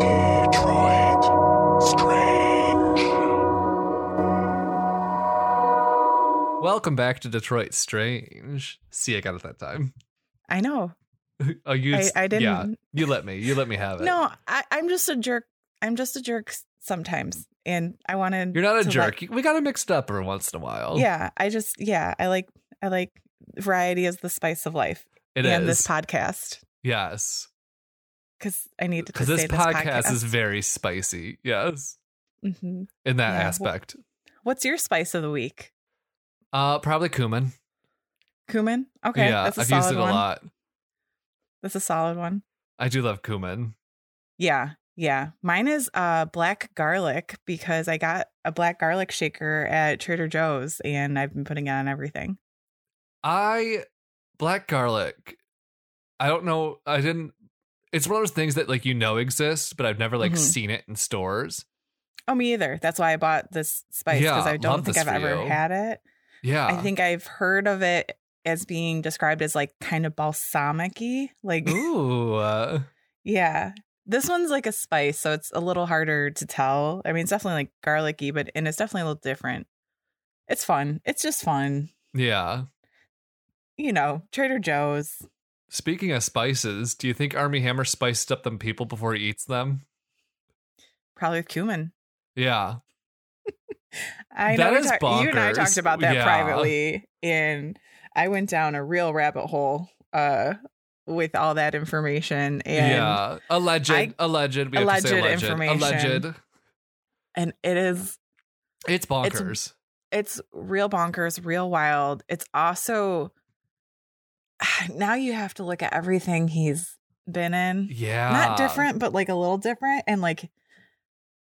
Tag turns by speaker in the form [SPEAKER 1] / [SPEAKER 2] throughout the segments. [SPEAKER 1] Detroit. Strange.
[SPEAKER 2] Welcome back to Detroit Strange. See, I got it that time.
[SPEAKER 3] I know.
[SPEAKER 2] Oh, you?
[SPEAKER 3] I, I didn't.
[SPEAKER 2] Yeah, you let me. You let me have it.
[SPEAKER 3] No, I, I'm just a jerk. I'm just a jerk s- sometimes, and I want to.
[SPEAKER 2] you're not a jerk. we got it mixed up every once in a while.
[SPEAKER 3] yeah, I just yeah, I like I like variety is the spice of life,
[SPEAKER 2] it is.
[SPEAKER 3] and this podcast
[SPEAKER 2] yes,
[SPEAKER 3] because I need to.
[SPEAKER 2] because this podcast is very spicy. Yes,
[SPEAKER 3] hmm
[SPEAKER 2] in that
[SPEAKER 3] Yeah, wh-
[SPEAKER 2] aspect.
[SPEAKER 3] What's your spice of the week?
[SPEAKER 2] Uh, probably cumin.
[SPEAKER 3] Cumin. Okay,
[SPEAKER 2] yeah,
[SPEAKER 3] that's a
[SPEAKER 2] I've
[SPEAKER 3] solid
[SPEAKER 2] used it a
[SPEAKER 3] one.
[SPEAKER 2] lot.
[SPEAKER 3] That's a solid one.
[SPEAKER 2] I do love cumin.
[SPEAKER 3] Yeah, yeah. Mine is uh black garlic because I got a black garlic shaker at Trader Joe's, and I've been putting it on everything.
[SPEAKER 2] I black garlic. I don't know. I didn't. It's one of those things that like you know exists, but I've never like
[SPEAKER 3] Mhm.
[SPEAKER 2] seen it in stores.
[SPEAKER 3] Oh, me either. That's why I bought this spice because
[SPEAKER 2] Yeah,
[SPEAKER 3] I don't
[SPEAKER 2] love
[SPEAKER 3] think
[SPEAKER 2] this
[SPEAKER 3] I've
[SPEAKER 2] for
[SPEAKER 3] ever
[SPEAKER 2] you.
[SPEAKER 3] had it.
[SPEAKER 2] Yeah,
[SPEAKER 3] I think I've heard of it as being described as like kind of balsamic-y. Like,
[SPEAKER 2] Ooh, uh,
[SPEAKER 3] yeah. This one's like a spice, so it's a little harder to tell. I mean, it's definitely like garlicky, but and it's definitely a little different. It's fun. It's just fun.
[SPEAKER 2] yeah.
[SPEAKER 3] You know, Trader Joe's.
[SPEAKER 2] Speaking of spices, do you think Army Hammer spiced up them people before he eats them?
[SPEAKER 3] Probably with cumin.
[SPEAKER 2] Yeah.
[SPEAKER 3] I
[SPEAKER 2] That
[SPEAKER 3] know we
[SPEAKER 2] is
[SPEAKER 3] talk- you and I
[SPEAKER 2] bonkers.
[SPEAKER 3] talked about that
[SPEAKER 2] Yeah.
[SPEAKER 3] privately, and I went down a real rabbit hole uh, with all that information. And
[SPEAKER 2] yeah. Alleged.
[SPEAKER 3] I-
[SPEAKER 2] alleged. We have to say
[SPEAKER 3] Alleged
[SPEAKER 2] alleged.
[SPEAKER 3] information.
[SPEAKER 2] Alleged.
[SPEAKER 3] and it is
[SPEAKER 2] It's bonkers.
[SPEAKER 3] it's real bonkers, real wild. It's also now you have to look at everything he's been in.
[SPEAKER 2] yeah.
[SPEAKER 3] Not different, but like a little different, and like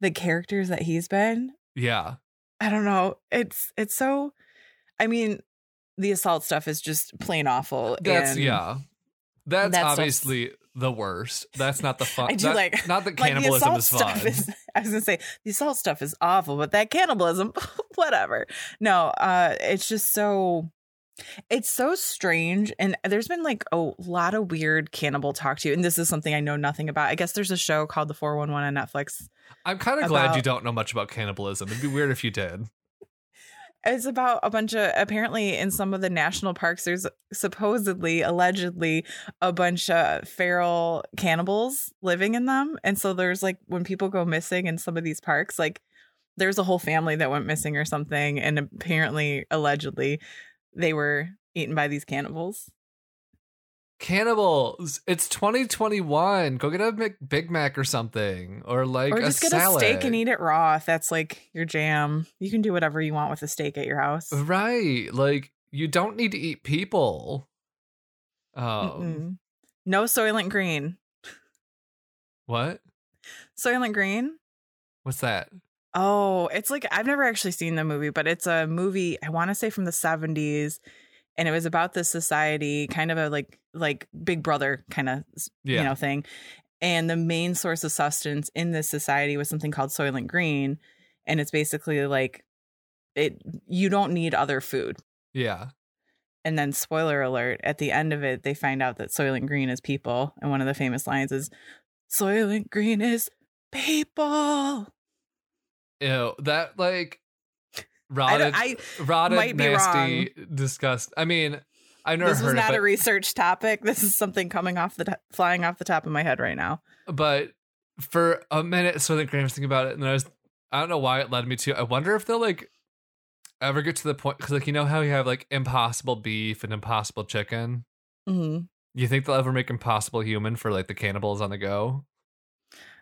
[SPEAKER 3] the characters that he's been.
[SPEAKER 2] Yeah.
[SPEAKER 3] I don't know. It's it's so. I mean, the assault stuff is just plain awful.
[SPEAKER 2] That's
[SPEAKER 3] and-
[SPEAKER 2] yeah. That's,
[SPEAKER 3] that's what's-
[SPEAKER 2] obviously the worst. That's not the fun.
[SPEAKER 3] I do
[SPEAKER 2] that-
[SPEAKER 3] like-
[SPEAKER 2] Not that
[SPEAKER 3] Like the
[SPEAKER 2] cannibalism
[SPEAKER 3] assault
[SPEAKER 2] is
[SPEAKER 3] stuff
[SPEAKER 2] fun.
[SPEAKER 3] is. I was gonna say the assault stuff is awful, but that cannibalism, whatever. No, uh, it's just so. It's so strange, and there's been like a lot of weird cannibal talk to you, and this is something I know nothing about. I guess there's a show called The 411 on Netflix.
[SPEAKER 2] I'm kind of glad you
[SPEAKER 3] about-
[SPEAKER 2] don't know much about cannibalism. It'd be weird if you did.
[SPEAKER 3] It's about a bunch of apparently in some of the national parks, there's supposedly, allegedly, a bunch of feral cannibals living in them. And so there's like when people go missing in some of these parks, like there's a whole family that went missing or something. And apparently, allegedly, they were eaten by these cannibals.
[SPEAKER 2] Cannibals. It's 2021. Go get a Mc- Big Mac or something, or like
[SPEAKER 3] or
[SPEAKER 2] a
[SPEAKER 3] just get
[SPEAKER 2] salad.
[SPEAKER 3] a steak and eat it raw if that's like your jam. You can do whatever you want with a steak at your house.
[SPEAKER 2] Right. Like you don't need to eat people. Um
[SPEAKER 3] Mm-mm. No Soylent Green.
[SPEAKER 2] what?
[SPEAKER 3] Soylent Green?
[SPEAKER 2] What's that?
[SPEAKER 3] Oh, it's like I've never actually seen the movie, but it's a movie I want to say from the 70s and it was about this society kind of a like like Big Brother kind of
[SPEAKER 2] Yeah.
[SPEAKER 3] you know thing. And the main source of sustenance in this society was something called Soylent Green and it's basically like it you don't need other food.
[SPEAKER 2] yeah.
[SPEAKER 3] And then spoiler alert, at the end of it they find out that Soylent Green is people and one of the famous lines is Soylent Green is people.
[SPEAKER 2] Ew. That like
[SPEAKER 3] I,
[SPEAKER 2] rotted
[SPEAKER 3] don't- I
[SPEAKER 2] rotted
[SPEAKER 3] might be
[SPEAKER 2] nasty disgust. I mean, I've never
[SPEAKER 3] this
[SPEAKER 2] heard
[SPEAKER 3] was not
[SPEAKER 2] of
[SPEAKER 3] a
[SPEAKER 2] it,
[SPEAKER 3] research topic. This is something coming off the t- flying off the top of my head right now.
[SPEAKER 2] but for a minute so then Graham was thinking about it and I was I don't know why it led me to I wonder if they'll like ever get to the point cuz like you know how you have like impossible beef and impossible chicken?
[SPEAKER 3] Mhm.
[SPEAKER 2] You think they'll ever make impossible human for like the cannibals on the go?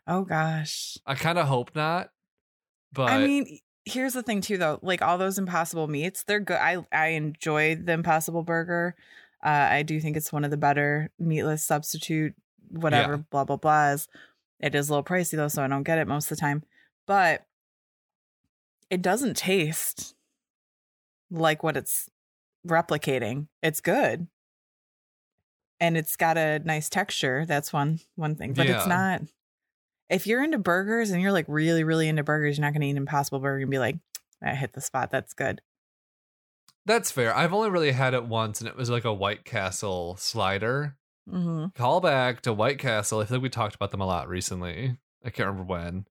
[SPEAKER 3] Oh gosh.
[SPEAKER 2] I kind of hope not. But
[SPEAKER 3] I mean, here's the thing too, though. Like all those Impossible meats, they're good. I I enjoy the Impossible Burger. Uh, I do think it's one of the better meatless substitute. Whatever,
[SPEAKER 2] Yeah.
[SPEAKER 3] blah blah blahs. It is a little pricey though, so I don't get it most of the time. But it doesn't taste like what it's replicating. It's good. And it's got a nice texture. That's one one thing. But it's
[SPEAKER 2] Yeah.
[SPEAKER 3] not if you're into burgers and you're like really, really into burgers, you're not going to eat an Impossible Burger and be like, I hit the spot. That's good.
[SPEAKER 2] That's fair. I've only really had it once, and it was like a White Castle slider.
[SPEAKER 3] hmm
[SPEAKER 2] Call back to White Castle. I feel like we talked about them a lot recently. I can't remember when.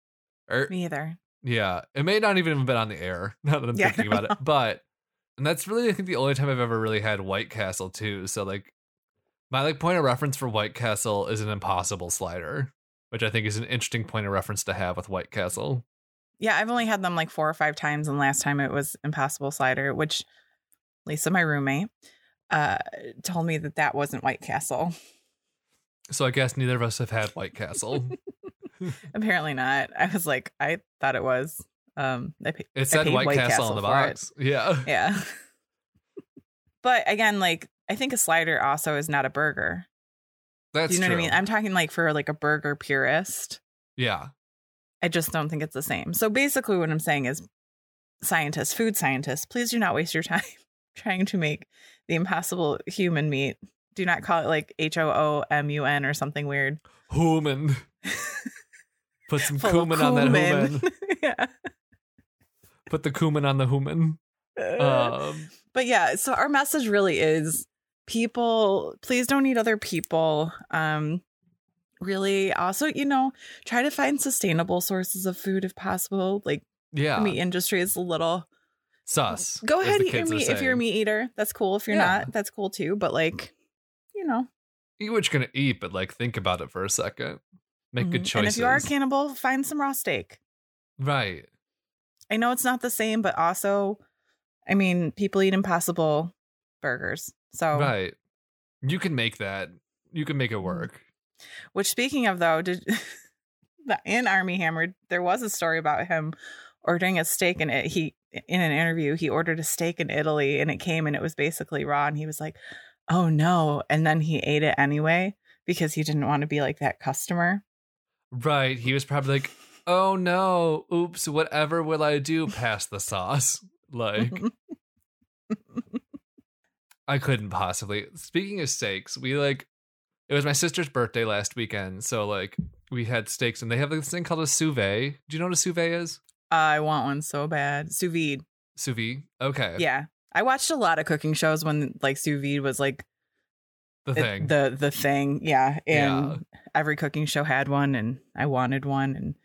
[SPEAKER 2] Or
[SPEAKER 3] Me either.
[SPEAKER 2] yeah, it may not even have been on the air. Now that I'm
[SPEAKER 3] Yeah, I
[SPEAKER 2] thinking about it, but and that's really I think the only time I've ever really had White Castle too. So like my like point of reference for White Castle is an impossible slider, which I think is an interesting point of reference to have with White Castle.
[SPEAKER 3] Yeah, I've only had them like four or five times, and last time it was Impossible Slider, which Lisa, my roommate, uh, told me that that wasn't White Castle.
[SPEAKER 2] So I guess neither of us have had White Castle.
[SPEAKER 3] Apparently not. I was like, I thought it was. Um, I pa-
[SPEAKER 2] It said
[SPEAKER 3] paid
[SPEAKER 2] White,
[SPEAKER 3] White
[SPEAKER 2] Castle,
[SPEAKER 3] Castle
[SPEAKER 2] on the
[SPEAKER 3] for it.
[SPEAKER 2] box. Yeah.
[SPEAKER 3] yeah. but again, like I think a slider also is not a burger.
[SPEAKER 2] That's
[SPEAKER 3] Do you know
[SPEAKER 2] true.
[SPEAKER 3] what I mean? I'm talking like for like a burger purist.
[SPEAKER 2] yeah.
[SPEAKER 3] I just don't think it's the same. So basically, what I'm saying is, scientists, food scientists, please do not waste your time trying to make the impossible human meat. Do not call it like H O O M U N or something weird.
[SPEAKER 2] Human. Put some
[SPEAKER 3] Full of
[SPEAKER 2] cumin on that
[SPEAKER 3] cumin.
[SPEAKER 2] human.
[SPEAKER 3] yeah.
[SPEAKER 2] Put the cumin on the human. Um,
[SPEAKER 3] but yeah, so our message really is people, please don't eat other people. Um, really, also, you know, try to find sustainable sources of food if possible. Like
[SPEAKER 2] yeah.
[SPEAKER 3] the meat industry is a little
[SPEAKER 2] Sus.
[SPEAKER 3] Go
[SPEAKER 2] as
[SPEAKER 3] ahead,
[SPEAKER 2] the
[SPEAKER 3] eat your
[SPEAKER 2] kids are
[SPEAKER 3] meat if you're
[SPEAKER 2] saying.
[SPEAKER 3] a meat eater. That's cool. If you're
[SPEAKER 2] Yeah.
[SPEAKER 3] not, that's cool too. But like, you know,
[SPEAKER 2] Eat what you're gonna eat, but like think about it for a second. Make good
[SPEAKER 3] mhm.
[SPEAKER 2] choices.
[SPEAKER 3] And if you are a cannibal, find some raw steak.
[SPEAKER 2] right.
[SPEAKER 3] I know it's not the same, but also, I mean, people eat impossible burgers. So,
[SPEAKER 2] Right. You can make that. You can
[SPEAKER 3] Mm-hmm.
[SPEAKER 2] make it work.
[SPEAKER 3] which speaking of though, did the in Army Hammer, there was a story about him ordering a steak and it he in an interview he ordered a steak in Italy and it came and it was basically raw and he was like, oh no, and then he ate it anyway because he didn't want to be like that customer.
[SPEAKER 2] Right. He was probably like, oh no, oops, whatever will I do? Pass the sauce. Like
[SPEAKER 3] Mm-hmm.
[SPEAKER 2] I couldn't possibly. Speaking of steaks, we like it was my sister's birthday last weekend, so like we had steaks and they have this thing called a sous vide. Do you know what a sous vide is?
[SPEAKER 3] I want one so bad. Sous vide.
[SPEAKER 2] Sous vide. Okay.
[SPEAKER 3] Yeah. I watched a lot of cooking shows when like sous vide was like
[SPEAKER 2] The
[SPEAKER 3] it-
[SPEAKER 2] thing.
[SPEAKER 3] the the thing. Yeah. And
[SPEAKER 2] Yeah.
[SPEAKER 3] every cooking show had one and I wanted one and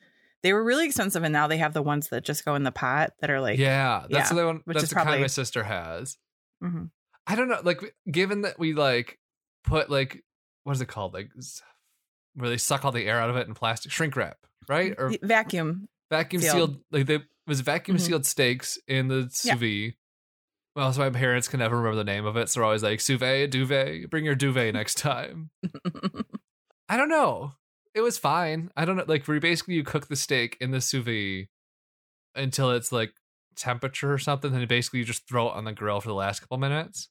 [SPEAKER 3] they were really expensive and now they have the ones that just go in the pot that are like
[SPEAKER 2] yeah. That's
[SPEAKER 3] yeah,
[SPEAKER 2] the one
[SPEAKER 3] which
[SPEAKER 2] that's
[SPEAKER 3] is
[SPEAKER 2] the kind
[SPEAKER 3] probably-
[SPEAKER 2] my sister has.
[SPEAKER 3] Mhm.
[SPEAKER 2] I don't know, like given that we like put like what is it called? Like s- where they suck all the air out of it in plastic shrink wrap, right? Or
[SPEAKER 3] Y- vacuum.
[SPEAKER 2] vacuum
[SPEAKER 3] Sealed.
[SPEAKER 2] sealed like they it was vacuum
[SPEAKER 3] Mhm.
[SPEAKER 2] sealed steaks in the
[SPEAKER 3] Yeah.
[SPEAKER 2] sous vide. Well, so my parents can never remember the name of it, so they're always like sous vide, duvet. Bring your duvet next time. I don't know. It was fine. I don't know. Like where you basically you cook the steak in the sous vide until it's like temperature or something, and basically you just throw it on the grill for the last couple minutes.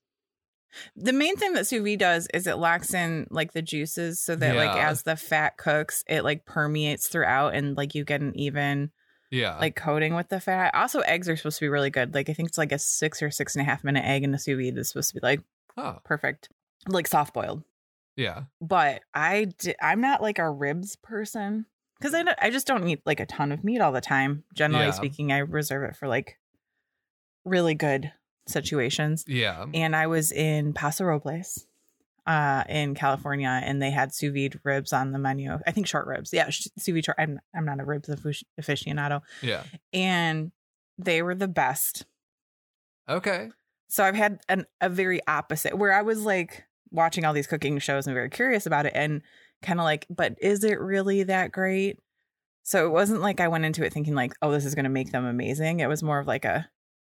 [SPEAKER 3] the main thing that sous vide does is it locks in like the juices so that like
[SPEAKER 2] Yeah.
[SPEAKER 3] as the fat cooks it like permeates throughout and like you get an even
[SPEAKER 2] Yeah,
[SPEAKER 3] like coating with the fat. Also, eggs are supposed to be really good. Like I think it's like a six or six and a half minute egg in a sous vide is supposed to be like
[SPEAKER 2] oh
[SPEAKER 3] perfect, like soft boiled.
[SPEAKER 2] yeah,
[SPEAKER 3] But I di- I'm not like a ribs person because I don't, I just don't eat like a ton of meat all the time. Generally
[SPEAKER 2] Yeah.
[SPEAKER 3] speaking, I reserve it for like really good situations.
[SPEAKER 2] yeah.
[SPEAKER 3] And I was in Paso Robles. Uh, in California, and they had sous vide ribs on the menu. I think short ribs. Yeah, sh- sous vide. Short, I'm I'm not a ribs affic- aficionado,
[SPEAKER 2] Yeah.
[SPEAKER 3] and they were the best.
[SPEAKER 2] Okay.
[SPEAKER 3] So I've had an, a very opposite where I was like watching all these cooking shows and very curious about it and kind of like, but is it really that great? So it wasn't like I went into it thinking like, oh, this is going to make them amazing. It was more of like a,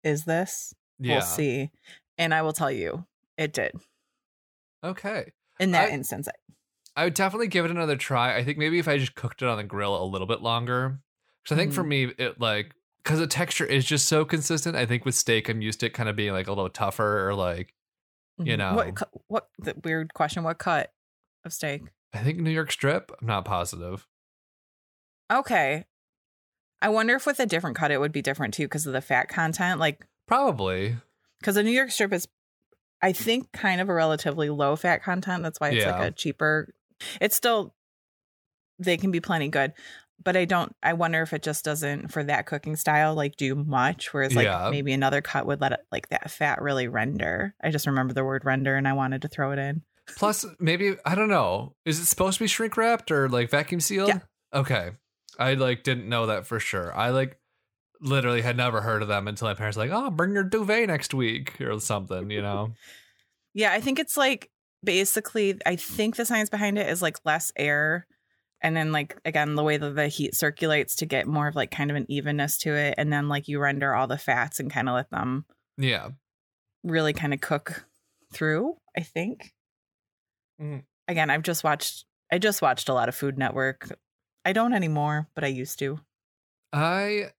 [SPEAKER 3] is this?
[SPEAKER 2] Yeah.
[SPEAKER 3] We'll see. And I will tell you, it did
[SPEAKER 2] Okay.
[SPEAKER 3] in that
[SPEAKER 2] I-
[SPEAKER 3] instance.
[SPEAKER 2] I would definitely give it another try. I think maybe if I just cooked it on the grill a little bit longer. Because I think for me, it like, because the texture is just so consistent. I think with steak, I'm used to it kind of being like a little tougher or like, You
[SPEAKER 3] Mhm.
[SPEAKER 2] know.
[SPEAKER 3] what? cu- What the weird question? What cut of steak?
[SPEAKER 2] I think New York strip. I'm not positive.
[SPEAKER 3] Okay. I wonder if with a different cut it would be different too because of the fat content. Like
[SPEAKER 2] Probably.
[SPEAKER 3] because the New York strip is, I think, kind of a relatively low fat content. That's why it's
[SPEAKER 2] Yeah.
[SPEAKER 3] like a cheaper. It's still, they can be plenty good. but I don't. I wonder if it just doesn't for that cooking style like do much. Whereas like
[SPEAKER 2] Yeah.
[SPEAKER 3] maybe another cut would let it like that fat really render. I just remember the word render and I wanted to throw it in.
[SPEAKER 2] Plus, maybe I don't know. Is it supposed to be shrink wrapped or like vacuum sealed?
[SPEAKER 3] Yeah.
[SPEAKER 2] Okay, I like didn't know that for sure. I like literally had never heard of them until my parents were like, oh, bring your duvet next week or something. You know,
[SPEAKER 3] Yeah, I think it's like basically. I think the science behind it is like less air, and then like again the way that the heat circulates to get more of like kind of an evenness to it, and then like you render all the fats and kind of let them
[SPEAKER 2] yeah.
[SPEAKER 3] really kind of cook through. I think. Mm-hmm.
[SPEAKER 2] Mhm.
[SPEAKER 3] Again, I've just watched. I just watched a lot of Food Network. I don't anymore, but I used to.
[SPEAKER 2] I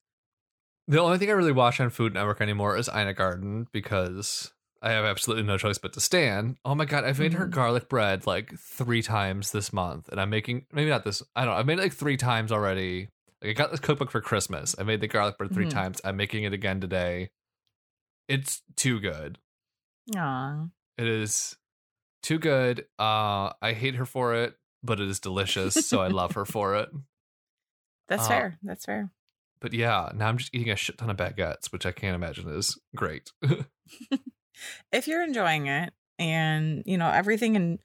[SPEAKER 2] the only thing I really watch on Food Network anymore is Ina Garden because I have absolutely no choice but to stand. Oh my god, I've made her
[SPEAKER 3] Mhm.
[SPEAKER 2] garlic bread like three times this month, and I'm making maybe not this. I don't. know. I've made it like three times already. Like I got this cookbook for Christmas. I made the garlic bread 3
[SPEAKER 3] Mhm.
[SPEAKER 2] times. I'm making it again today. It's too good.
[SPEAKER 3] Aww.
[SPEAKER 2] It is too good. Uh, I hate her for it, but it is delicious, so I love her for it.
[SPEAKER 3] That's
[SPEAKER 2] Uh,
[SPEAKER 3] fair. That's fair.
[SPEAKER 2] But yeah, now I'm just eating a shit ton of baguettes, which I can't imagine is great.
[SPEAKER 3] if you're enjoying it and you know everything in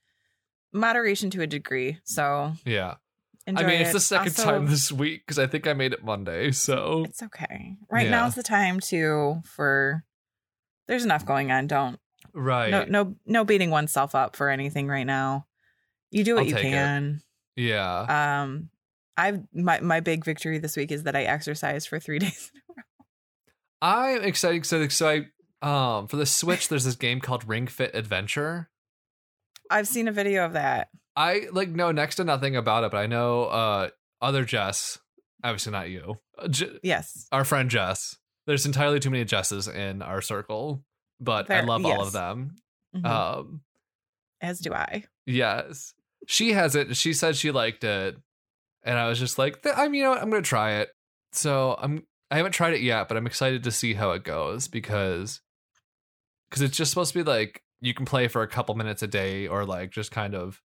[SPEAKER 3] moderation to a degree so
[SPEAKER 2] yeah.
[SPEAKER 3] enjoy
[SPEAKER 2] I mean,
[SPEAKER 3] it.
[SPEAKER 2] it's the second
[SPEAKER 3] Also,
[SPEAKER 2] time this week because I think I made it Monday. So
[SPEAKER 3] it's okay right
[SPEAKER 2] Yeah.
[SPEAKER 3] now is the time to for there's enough going on don't
[SPEAKER 2] right.
[SPEAKER 3] no no no beating oneself up for anything right now you do what
[SPEAKER 2] I'll
[SPEAKER 3] you
[SPEAKER 2] take it. Uh.
[SPEAKER 3] can
[SPEAKER 2] Yeah.
[SPEAKER 3] um i've my, my big victory this week is that i exercised for three days
[SPEAKER 2] I'm excited. So, so I, um, for the Switch, there's this game called Ring Fit Adventure.
[SPEAKER 3] i've seen a video of that
[SPEAKER 2] I like know next to nothing about it, but I know uh other Jess, obviously not you, uh, J-
[SPEAKER 3] yes
[SPEAKER 2] our friend Jess. There's entirely too many Jesses in our circle, but I
[SPEAKER 3] Fair-
[SPEAKER 2] love all of
[SPEAKER 3] yes.
[SPEAKER 2] them.
[SPEAKER 3] Mhm.
[SPEAKER 2] Um,
[SPEAKER 3] as do i
[SPEAKER 2] Yes. She has it. She said she liked it. And I was just like, "Th- I'm, you know what? I'm going to try it. So I'm, I haven't tried it yet, but I'm excited to see how it goes because, because it's just supposed to be like, you can play for a couple minutes a day or like just kind of,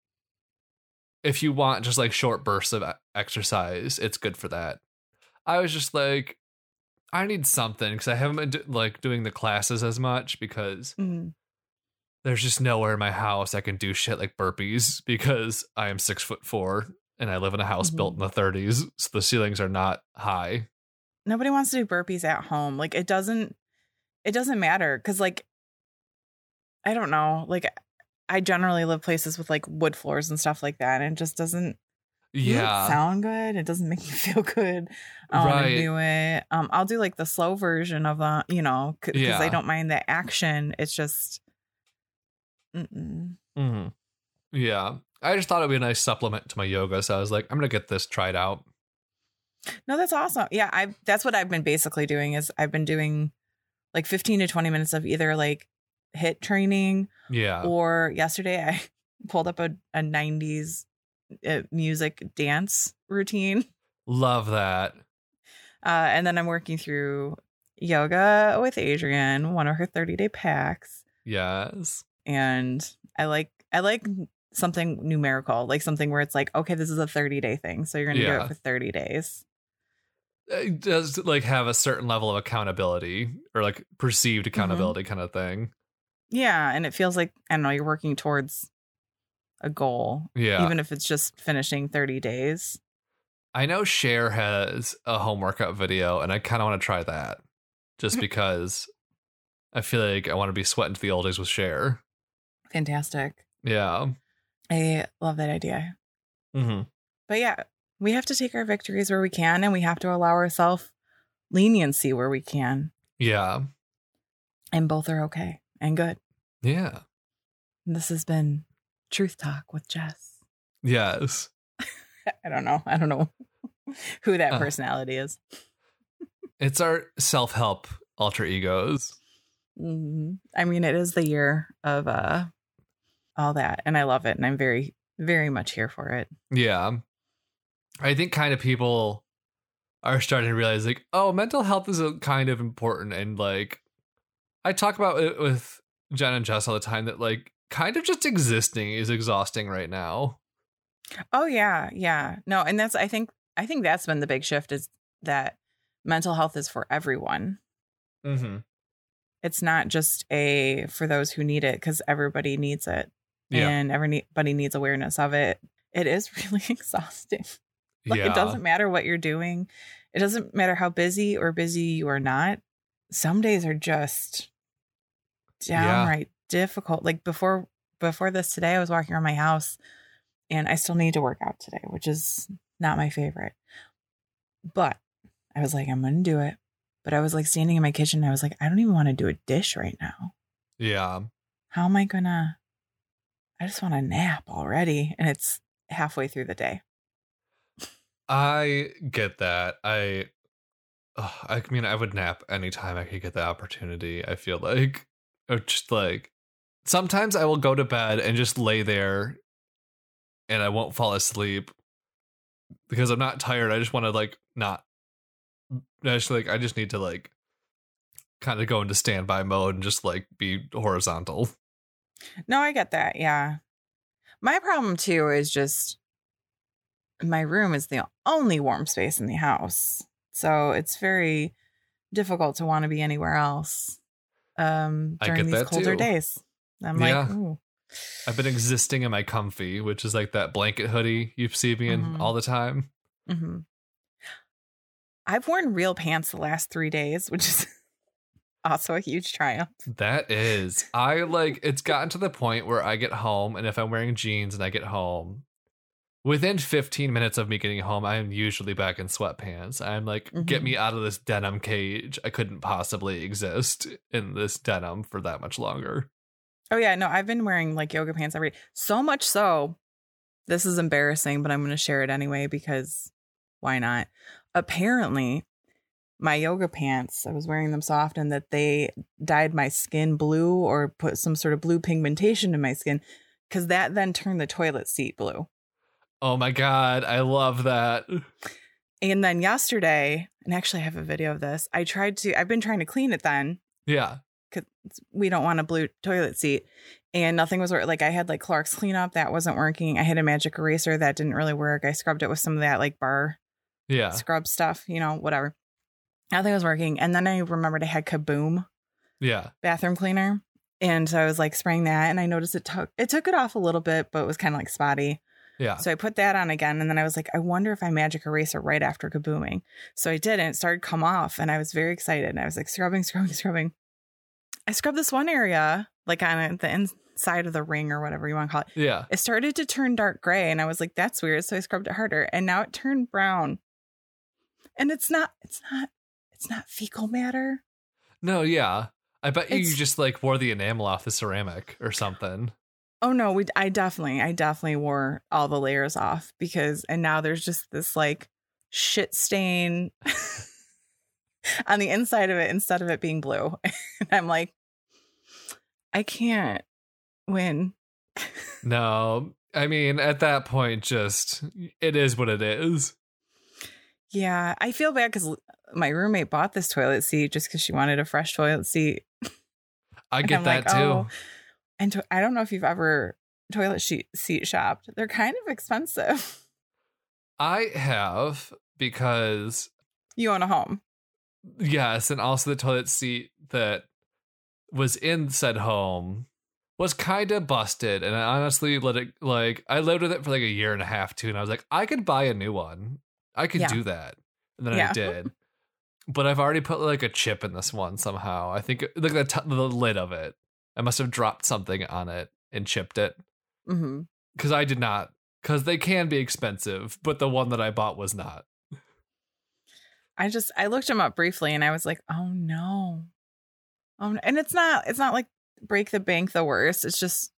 [SPEAKER 2] if you want just like short bursts of e- exercise, it's good for that. I was just like, I need something because I haven't been do- like doing the classes as much because
[SPEAKER 3] Mm.
[SPEAKER 2] there's just nowhere in my house I can do shit like burpees because I am six foot four and I live in a house built
[SPEAKER 3] Mm-hmm.
[SPEAKER 2] in the 30s, so the ceilings are not high.
[SPEAKER 3] nobody wants to do burpees at home like it doesn't it doesn't matter because like i don't know like i generally live places with like wood floors and stuff like that and it just doesn't it doesn't
[SPEAKER 2] Yeah,
[SPEAKER 3] sound good it doesn't make me feel good i don't want
[SPEAKER 2] Right.
[SPEAKER 3] to do it um i'll do like the slow version of uh you know because i
[SPEAKER 2] Yeah.
[SPEAKER 3] don't mind the action it's just mm-mm.
[SPEAKER 2] Mhm. yeah. I just thought it'd be a nice supplement to my yoga, so I was like, I'm gonna get this tried out.
[SPEAKER 3] no that's awesome yeah i that's what i've been basically doing is i've been doing like 15 to 20 minutes of either like hit training
[SPEAKER 2] Yeah,
[SPEAKER 3] or yesterday I pulled up a, a 90s uh, music dance routine.
[SPEAKER 2] love that.
[SPEAKER 3] Uh, and then I'm working through yoga with Adrian, one of her 30 day packs.
[SPEAKER 2] Yes,
[SPEAKER 3] And I like, I like something numerical, like something where it's like, okay, this is a 30 day thing. So you're going to do
[SPEAKER 2] Yeah.
[SPEAKER 3] it for 30 days.
[SPEAKER 2] it Uh, does like have a certain level of accountability or like
[SPEAKER 3] Mm-hmm.
[SPEAKER 2] perceived accountability kind of thing.
[SPEAKER 3] Yeah. And it feels like, I don't know, you're working towards a goal,
[SPEAKER 2] Yeah,
[SPEAKER 3] even if it's just finishing 30 days.
[SPEAKER 2] I know Cher has a home workout video, and I kind of want to try that just because I feel like I want to be sweating to the oldies with Cher.
[SPEAKER 3] Fantastic.
[SPEAKER 2] Yeah.
[SPEAKER 3] I love that idea.
[SPEAKER 2] Mm-hmm.
[SPEAKER 3] But yeah, we have to take our victories where we can and we have to allow ourselves leniency where we can.
[SPEAKER 2] Yeah.
[SPEAKER 3] And both are okay and good.
[SPEAKER 2] Yeah.
[SPEAKER 3] And this has been Truth Talk with Jess.
[SPEAKER 2] Yes.
[SPEAKER 3] I don't know. I don't know who that
[SPEAKER 2] Uh.
[SPEAKER 3] personality is.
[SPEAKER 2] It's our self help alter egos.
[SPEAKER 3] Mhm. I mean, it is the year of uh all that and I love it and I'm very very much here for it.
[SPEAKER 2] Yeah. I think kind of people are starting to realize like, oh, mental health is a kind of important. And like, I talk about it with Jen and Jess all the time that like, kind of just existing is exhausting right now.
[SPEAKER 3] Oh yeah, yeah. No, and that's I think I think that's been the big shift is that mental health is for everyone.
[SPEAKER 2] Mm-hmm.
[SPEAKER 3] It's not just a for those who need it because everybody needs it
[SPEAKER 2] Yeah.
[SPEAKER 3] and everybody needs awareness of it. It is really exhausting. Like
[SPEAKER 2] yeah.
[SPEAKER 3] it doesn't matter what you're doing. It doesn't matter how busy or busy you are not. Some days are just
[SPEAKER 2] Yeah.
[SPEAKER 3] downright difficult. Like before before this today, I was walking around my house and I still need to work out today, which is not my favorite. But I was like, I'm gonna do it. But I was like standing in my kitchen, and I was like, I don't even want to do a dish right now.
[SPEAKER 2] Yeah.
[SPEAKER 3] How am I gonna? I just want to nap already. And it's halfway through the day.
[SPEAKER 2] I get that. I ugh, I mean I would nap anytime I could get the opportunity, I feel like. Or just like sometimes I will go to bed and just lay there and I won't fall asleep because I'm not tired. I just want to like not I just like I just need to like kind of go into standby mode and just like be horizontal.
[SPEAKER 3] No, I get that. Yeah. My problem too is just my room is the only warm space in the house. So it's very difficult to want to be anywhere else um
[SPEAKER 2] I
[SPEAKER 3] during
[SPEAKER 2] get
[SPEAKER 3] these
[SPEAKER 2] that,
[SPEAKER 3] colder
[SPEAKER 2] too.
[SPEAKER 3] days. I'm like,
[SPEAKER 2] Yeah.
[SPEAKER 3] ooh.
[SPEAKER 2] I've been existing in my comfy, which is like that blanket hoodie you see me in
[SPEAKER 3] Mhm.
[SPEAKER 2] all the time.
[SPEAKER 3] hmm I've worn real pants the last three days, which is also a huge triumph.
[SPEAKER 2] That is. I like it's gotten to the point where I get home and if I'm wearing jeans and I get home, within 15 minutes of me getting home, I am usually back in sweatpants. I'm like, get
[SPEAKER 3] Mhm.
[SPEAKER 2] me out of this denim cage. I couldn't possibly exist in this denim for that much longer.
[SPEAKER 3] Oh yeah, no, I've been wearing like yoga pants every day. So much so, this is embarrassing, but I'm going to share it anyway because why not? Apparently, my yoga pants, I was wearing them so often that they dyed my skin blue or put some sort of blue pigmentation in my skin cuz that then turned the toilet seat blue.
[SPEAKER 2] Oh my god, I love that.
[SPEAKER 3] And then yesterday, and actually I have a video of this. I tried to I've been trying to clean it then
[SPEAKER 2] Yeah.
[SPEAKER 3] we don't want a blue toilet seat and nothing was wor- like i had like clark's cleanup that wasn't working i had a magic eraser that didn't really work i scrubbed it with some of that like bar
[SPEAKER 2] Yeah.
[SPEAKER 3] scrub stuff you know whatever nothing was working and then i remembered i had kaboom
[SPEAKER 2] Yeah.
[SPEAKER 3] bathroom cleaner and so i was like spraying that and i noticed it took it took it off a little bit but it was kind of like spotty
[SPEAKER 2] Yeah.
[SPEAKER 3] so i put that on again and then i was like i wonder if i magic eraser right after kabooming so i did and it started to come off and i was very excited and i was like scrubbing scrubbing scrubbing I scrubbed this one area, like on the inside of the ring or whatever you want to call it.
[SPEAKER 2] Yeah.
[SPEAKER 3] It started to turn dark gray, and I was like, "That's weird." So I scrubbed it harder, and now it turned brown. And it's not, it's not, it's not fecal matter.
[SPEAKER 2] No, yeah. I bet you, you
[SPEAKER 3] It's-
[SPEAKER 2] just like wore the enamel off the ceramic or something.
[SPEAKER 3] Oh no, we, I definitely, I definitely wore all the layers off because, and now there's just this like shit stain on the inside of it instead of it being blue. and I'm like, I can't win.
[SPEAKER 2] No, I mean, at that point, just it is what it is.
[SPEAKER 3] Yeah, I feel bad because my roommate bought this toilet seat just because she wanted a fresh toilet seat,
[SPEAKER 2] I
[SPEAKER 3] And
[SPEAKER 2] get
[SPEAKER 3] I'm
[SPEAKER 2] that
[SPEAKER 3] like,
[SPEAKER 2] too.
[SPEAKER 3] oh. and to- I don't know if you've ever toilet sheet seat shopped. They're kind of expensive.
[SPEAKER 2] I have because
[SPEAKER 3] You own a home,
[SPEAKER 2] yes, and also the toilet seat that was in said home was kind of busted, and I honestly let it like I lived with it for like a year and a half too, and I was like, I could buy a new one. I could
[SPEAKER 3] Yeah.
[SPEAKER 2] do that, and then I
[SPEAKER 3] Yeah.
[SPEAKER 2] did. But I've already put like a chip in this one somehow. I think look at the, t- the lid of it. I must have dropped something on it and chipped it.
[SPEAKER 3] hmm
[SPEAKER 2] because I did not. Because they can be expensive, but the one that I bought was not.
[SPEAKER 3] I just I looked them up briefly and I was like, oh no, oh, no. and it's not it's not like break the bank the worst. It's just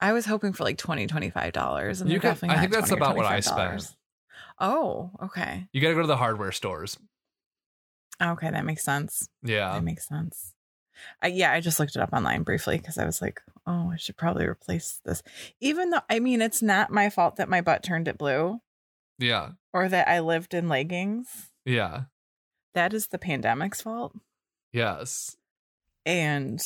[SPEAKER 3] I was hoping for like twenty twenty five dollars, and
[SPEAKER 2] You
[SPEAKER 3] they're
[SPEAKER 2] can-
[SPEAKER 3] definitely
[SPEAKER 2] I think
[SPEAKER 3] not
[SPEAKER 2] that's
[SPEAKER 3] 20 or
[SPEAKER 2] about what I
[SPEAKER 3] $25.
[SPEAKER 2] spent.
[SPEAKER 3] Oh, okay,
[SPEAKER 2] You got to go to the hardware stores.
[SPEAKER 3] okay, that makes sense.
[SPEAKER 2] Yeah.
[SPEAKER 3] That makes sense. I, yeah, I just looked it up online briefly because I was like, oh, I should probably replace this. Even though, I mean, it's not my fault that my butt turned it blue
[SPEAKER 2] Yeah.
[SPEAKER 3] or that I lived in leggings.
[SPEAKER 2] Yeah.
[SPEAKER 3] That is the pandemic's fault.
[SPEAKER 2] Yes.
[SPEAKER 3] And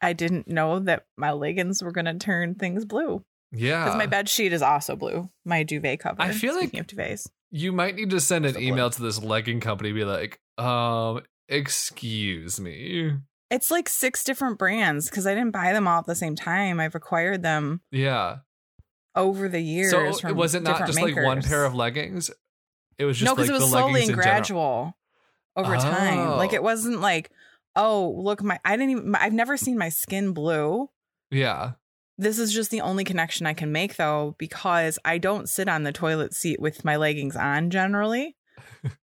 [SPEAKER 3] I didn't know that my leggings were going to turn things blue.
[SPEAKER 2] Yeah.
[SPEAKER 3] because my bed sheet is also blue. My duvet cover.
[SPEAKER 2] Ah. I feel
[SPEAKER 3] Speaking of duvets.
[SPEAKER 2] you might need to send an
[SPEAKER 4] Something.
[SPEAKER 2] email to this legging company be like um excuse me
[SPEAKER 3] It's like six different brands because I didn't buy them all at the same time. I've acquired them
[SPEAKER 2] yeah
[SPEAKER 3] over the years.
[SPEAKER 2] so
[SPEAKER 3] from
[SPEAKER 2] was it not
[SPEAKER 3] different
[SPEAKER 2] just like one
[SPEAKER 3] makers.
[SPEAKER 2] pair of leggings it was just
[SPEAKER 3] no, because
[SPEAKER 2] like
[SPEAKER 3] it was
[SPEAKER 2] the
[SPEAKER 3] slowly
[SPEAKER 2] leggings
[SPEAKER 3] and
[SPEAKER 2] in general.
[SPEAKER 3] gradual over time. Like
[SPEAKER 2] Oh.
[SPEAKER 3] it wasn't like, oh, look, my I didn't even. My, I've never seen my skin blue.
[SPEAKER 2] yeah
[SPEAKER 3] This is just the only connection I can make though, because I don't sit on the toilet seat with my leggings on generally.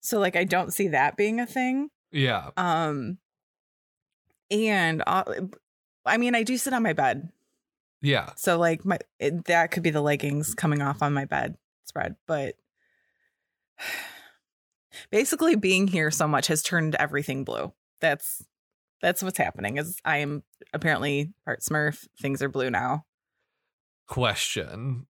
[SPEAKER 3] so like I don't see that being a thing.
[SPEAKER 2] yeah
[SPEAKER 3] Um, and uh, I mean, I do sit on my bed,
[SPEAKER 2] yeah
[SPEAKER 3] so like my it, that could be the leggings coming off on my bed spread, but basically being here so much has turned everything blue. That's that's what's happening. Is I am apparently part Smurf. Things are blue now.
[SPEAKER 2] question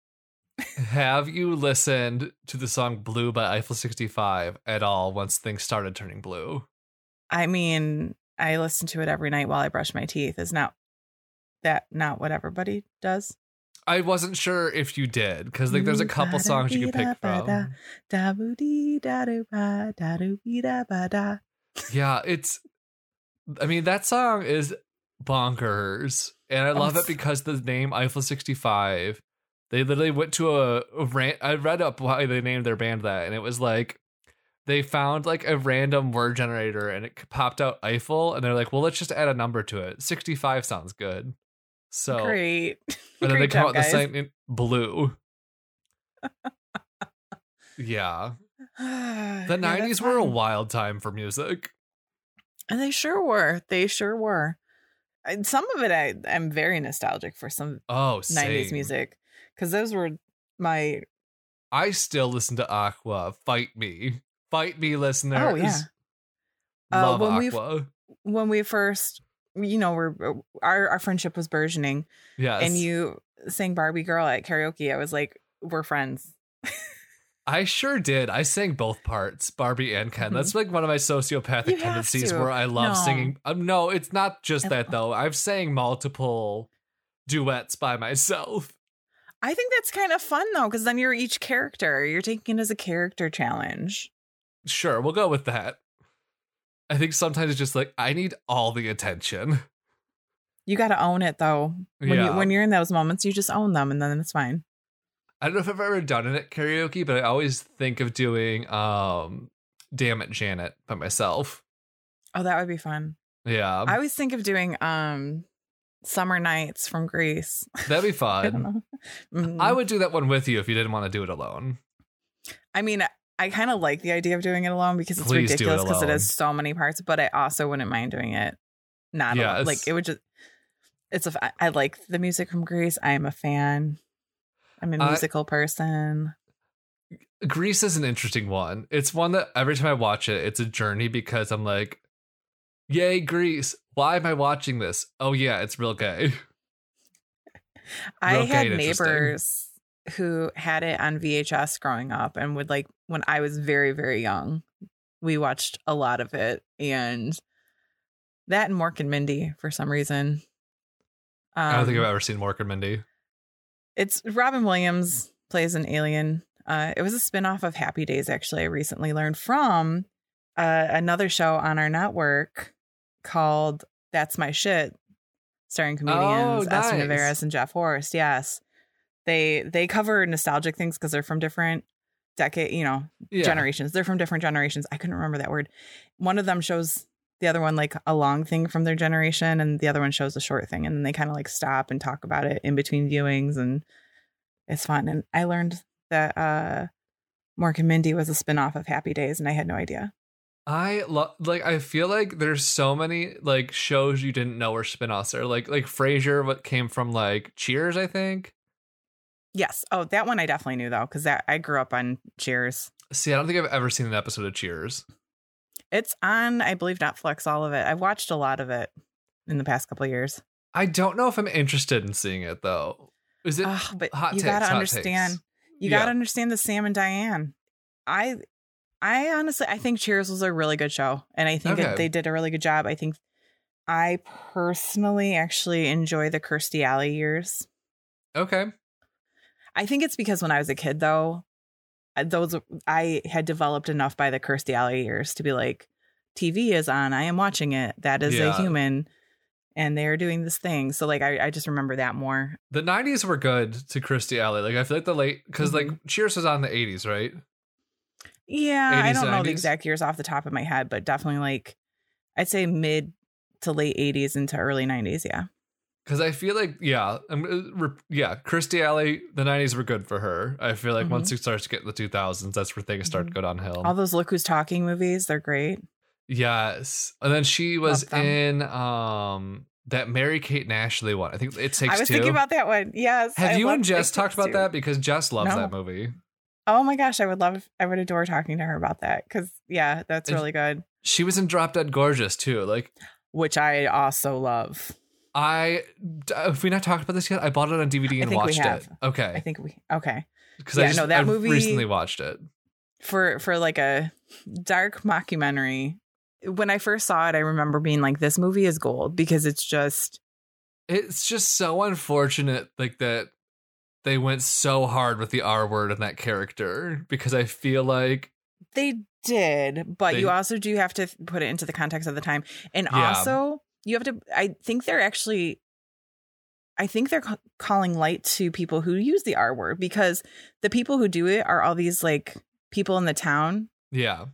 [SPEAKER 2] have you listened to the song blue by eiffel 65 at all once things started turning blue
[SPEAKER 3] I mean, I listen to it every night while I brush my teeth. Is not that not what everybody does?
[SPEAKER 2] i wasn't sure if you did because like there's a couple songs you could pick from
[SPEAKER 3] Da boo dee da doo ba da doo be da ba da.
[SPEAKER 2] Yeah, it's. I mean, that song is bonkers, and I
[SPEAKER 3] Oh,
[SPEAKER 2] love it because the name Eiffel sixty five. They literally went to a, a rant. I read up why they named their band that, and it was like they found like a random word generator, and it popped out Eiffel, and they're like, "Well, let's just add a number to it. Sixty five sounds good." So,
[SPEAKER 3] Great.
[SPEAKER 2] and then they
[SPEAKER 3] Great
[SPEAKER 2] come
[SPEAKER 3] job,
[SPEAKER 2] out the
[SPEAKER 3] guys.
[SPEAKER 2] same in blue. yeah, the
[SPEAKER 3] Yeah,
[SPEAKER 2] nineties
[SPEAKER 3] that's
[SPEAKER 2] were a
[SPEAKER 3] fine.
[SPEAKER 2] wild time for music.
[SPEAKER 3] And they sure were. They sure were. And some of it I am very nostalgic for some
[SPEAKER 2] Oh,
[SPEAKER 3] 90s
[SPEAKER 2] same.
[SPEAKER 3] music cuz those were my
[SPEAKER 2] I still listen to Aqua. Fight me. Fight me, listeners.
[SPEAKER 3] Oh, yeah. Uh,
[SPEAKER 2] Love
[SPEAKER 3] when we've-
[SPEAKER 2] Aqua.
[SPEAKER 3] when we first you know we're uh, our our friendship was burgeoning
[SPEAKER 2] Yes.
[SPEAKER 3] and you sang Barbie girl at karaoke. I was like we're friends.
[SPEAKER 2] I sure did. I sang both parts, Barbie and Ken.
[SPEAKER 3] Mhm.
[SPEAKER 2] That's like one of my sociopathic
[SPEAKER 3] You have
[SPEAKER 2] tendencies
[SPEAKER 3] to.
[SPEAKER 2] where I love
[SPEAKER 3] No.
[SPEAKER 2] singing. Um, no, it's not just
[SPEAKER 3] I-
[SPEAKER 2] that, though. I've sang multiple duets by myself.
[SPEAKER 3] I think that's kind of fun though cuz then you're each character. You're taking it as a character challenge.
[SPEAKER 2] Sure, we'll go with that. I think sometimes it's just like, I need all the attention.
[SPEAKER 3] You got to own it though. When
[SPEAKER 2] Yeah.
[SPEAKER 3] you when you're in those moments, you just own them and then it's fine.
[SPEAKER 2] I don't know if I've ever done it at karaoke, but I always think of doing um, Damn It Janet by myself.
[SPEAKER 3] Oh, that would be fun.
[SPEAKER 2] Yeah.
[SPEAKER 3] I always think of doing um summer nights from Greece.
[SPEAKER 2] That'd be
[SPEAKER 3] I don't
[SPEAKER 2] fun.
[SPEAKER 3] know. Mhm.
[SPEAKER 2] I would do that one with you if you didn't want to do it alone.
[SPEAKER 3] I mean, I kind of like the idea of doing it alone because it's
[SPEAKER 2] Please do it
[SPEAKER 3] ridiculous because it
[SPEAKER 2] alone.
[SPEAKER 3] has so many parts, but I also wouldn't mind doing it not
[SPEAKER 2] Yeah,
[SPEAKER 3] alone.
[SPEAKER 2] it's-
[SPEAKER 3] Like it would just it's a f- I- I like the music from Greece. I am a fan. I'm a
[SPEAKER 2] I-
[SPEAKER 3] musical person.
[SPEAKER 2] Greece is an interesting one. It's one that every time I watch it, it's a journey because I'm like, yay, Greece. Why am I watching this? Oh, yeah, it's real gay.
[SPEAKER 3] I
[SPEAKER 2] Real
[SPEAKER 3] had
[SPEAKER 2] gay and interesting.
[SPEAKER 3] neighbors who had it on VHS growing up and would like when I was very, very young, we watched a lot of it and that and Mork and Mindy for some reason. Um,
[SPEAKER 2] I don't think I've ever seen Mork and Mindy.
[SPEAKER 3] it's Robin Williams plays an alien. Uh, it was a spinoff of Happy Days, actually. I recently learned from uh, another show on our network called That's My Shit, starring comedians Esther
[SPEAKER 2] nice.
[SPEAKER 3] Navarez and Jeff Horst. Yes, they they cover nostalgic things because they're from different decade, you know,
[SPEAKER 2] Yeah.
[SPEAKER 3] generations. They're from different generations. I couldn't remember that word. One of them shows the other one like a long thing from their generation, and the other one shows a short thing, and then they kind of like stop and talk about it in between viewings, and it's fun. And I learned that uh Mork and Mindy was a spinoff of Happy Days, and I had no idea.
[SPEAKER 2] I love like I feel like there's so many like shows you didn't know were spin-offs or like like Frasier what came from like Cheers, I think.
[SPEAKER 3] Yes. Oh, that one I definitely knew though, because that I grew up on Cheers.
[SPEAKER 2] See, I don't think I've ever seen an episode of Cheers.
[SPEAKER 3] It's on, I believe, Netflix. All of it. I've watched a lot of it in the past couple years.
[SPEAKER 2] I don't know if I'm interested in seeing it though. Is it
[SPEAKER 3] Ugh, but
[SPEAKER 2] hot
[SPEAKER 3] you
[SPEAKER 2] takes,
[SPEAKER 3] gotta
[SPEAKER 2] hot
[SPEAKER 3] understand.
[SPEAKER 2] takes.
[SPEAKER 3] You
[SPEAKER 2] Yeah.
[SPEAKER 3] gotta understand the Sam and Diane. I, I honestly, I think Cheers was a really good show, and I think it-
[SPEAKER 2] Okay.
[SPEAKER 3] they did a really good job. I think I personally actually enjoy the Kirstie Alley years.
[SPEAKER 2] Okay.
[SPEAKER 3] I think it's because when I was a kid, though, I- those I had developed enough by the Kirstie Alley years to be like, TV is on. I am watching it. That is a
[SPEAKER 2] Yeah.
[SPEAKER 3] human, and they are doing this thing. So like, I, I just remember that more.
[SPEAKER 2] The '90s were good to Christy Alley. Like I feel like the late because
[SPEAKER 3] Mm-hmm.
[SPEAKER 2] like Cheers was on the '80s, right?
[SPEAKER 3] Yeah, I
[SPEAKER 2] 80s,
[SPEAKER 3] don't know the
[SPEAKER 2] 90s?
[SPEAKER 3] exact years off the top of my head, but definitely like, I'd say mid to late '80s into early '90s. Yeah.
[SPEAKER 2] Because I feel like yeah, I'm, re, yeah, Christy Alley. The '90s were good for her. I feel like
[SPEAKER 3] Mhm.
[SPEAKER 2] once you start to get in the 2000s, that's where things start
[SPEAKER 3] Mhm.
[SPEAKER 2] to go downhill.
[SPEAKER 3] All those Look Who's Talking movies, they're great.
[SPEAKER 2] yes, and then she was
[SPEAKER 3] Love them.
[SPEAKER 2] in um that Mary Kate and Ashley one. I think it takes
[SPEAKER 3] I was
[SPEAKER 2] two.
[SPEAKER 3] thinking about that one. Yes.
[SPEAKER 2] Have
[SPEAKER 3] I
[SPEAKER 2] you
[SPEAKER 3] love
[SPEAKER 2] and Jess
[SPEAKER 3] Big
[SPEAKER 2] talked
[SPEAKER 3] Fish
[SPEAKER 2] about
[SPEAKER 3] too.
[SPEAKER 2] that? Because Jess loves
[SPEAKER 3] No.
[SPEAKER 2] that movie.
[SPEAKER 3] Oh my gosh, I would love, I would adore talking to her about that because yeah, that's
[SPEAKER 2] And-
[SPEAKER 3] really good.
[SPEAKER 2] She was in Drop Dead Gorgeous too. Like
[SPEAKER 3] Which I also love.
[SPEAKER 2] I, have we not talked about this yet? I bought it on DVD and
[SPEAKER 3] think we
[SPEAKER 2] watched
[SPEAKER 3] have.
[SPEAKER 2] it. Okay,
[SPEAKER 3] I think we okay
[SPEAKER 2] because
[SPEAKER 3] Yeah,
[SPEAKER 2] I just,
[SPEAKER 3] no, that
[SPEAKER 2] I
[SPEAKER 3] movie-
[SPEAKER 2] recently watched it.
[SPEAKER 3] for for like a dark mockumentary. When I first saw it, I remember being like, "This movie is gold" because it's just
[SPEAKER 2] It's just so unfortunate, like that they went so hard with the R word in that character because I feel like
[SPEAKER 3] they did, but
[SPEAKER 2] They-
[SPEAKER 3] you also do have to put it into the context of the time, and
[SPEAKER 2] Yeah.
[SPEAKER 3] also you have to. I think they're actually. I think they're ca- calling light to people who use the R word because the people who do it are all these like people in the town
[SPEAKER 2] yeah,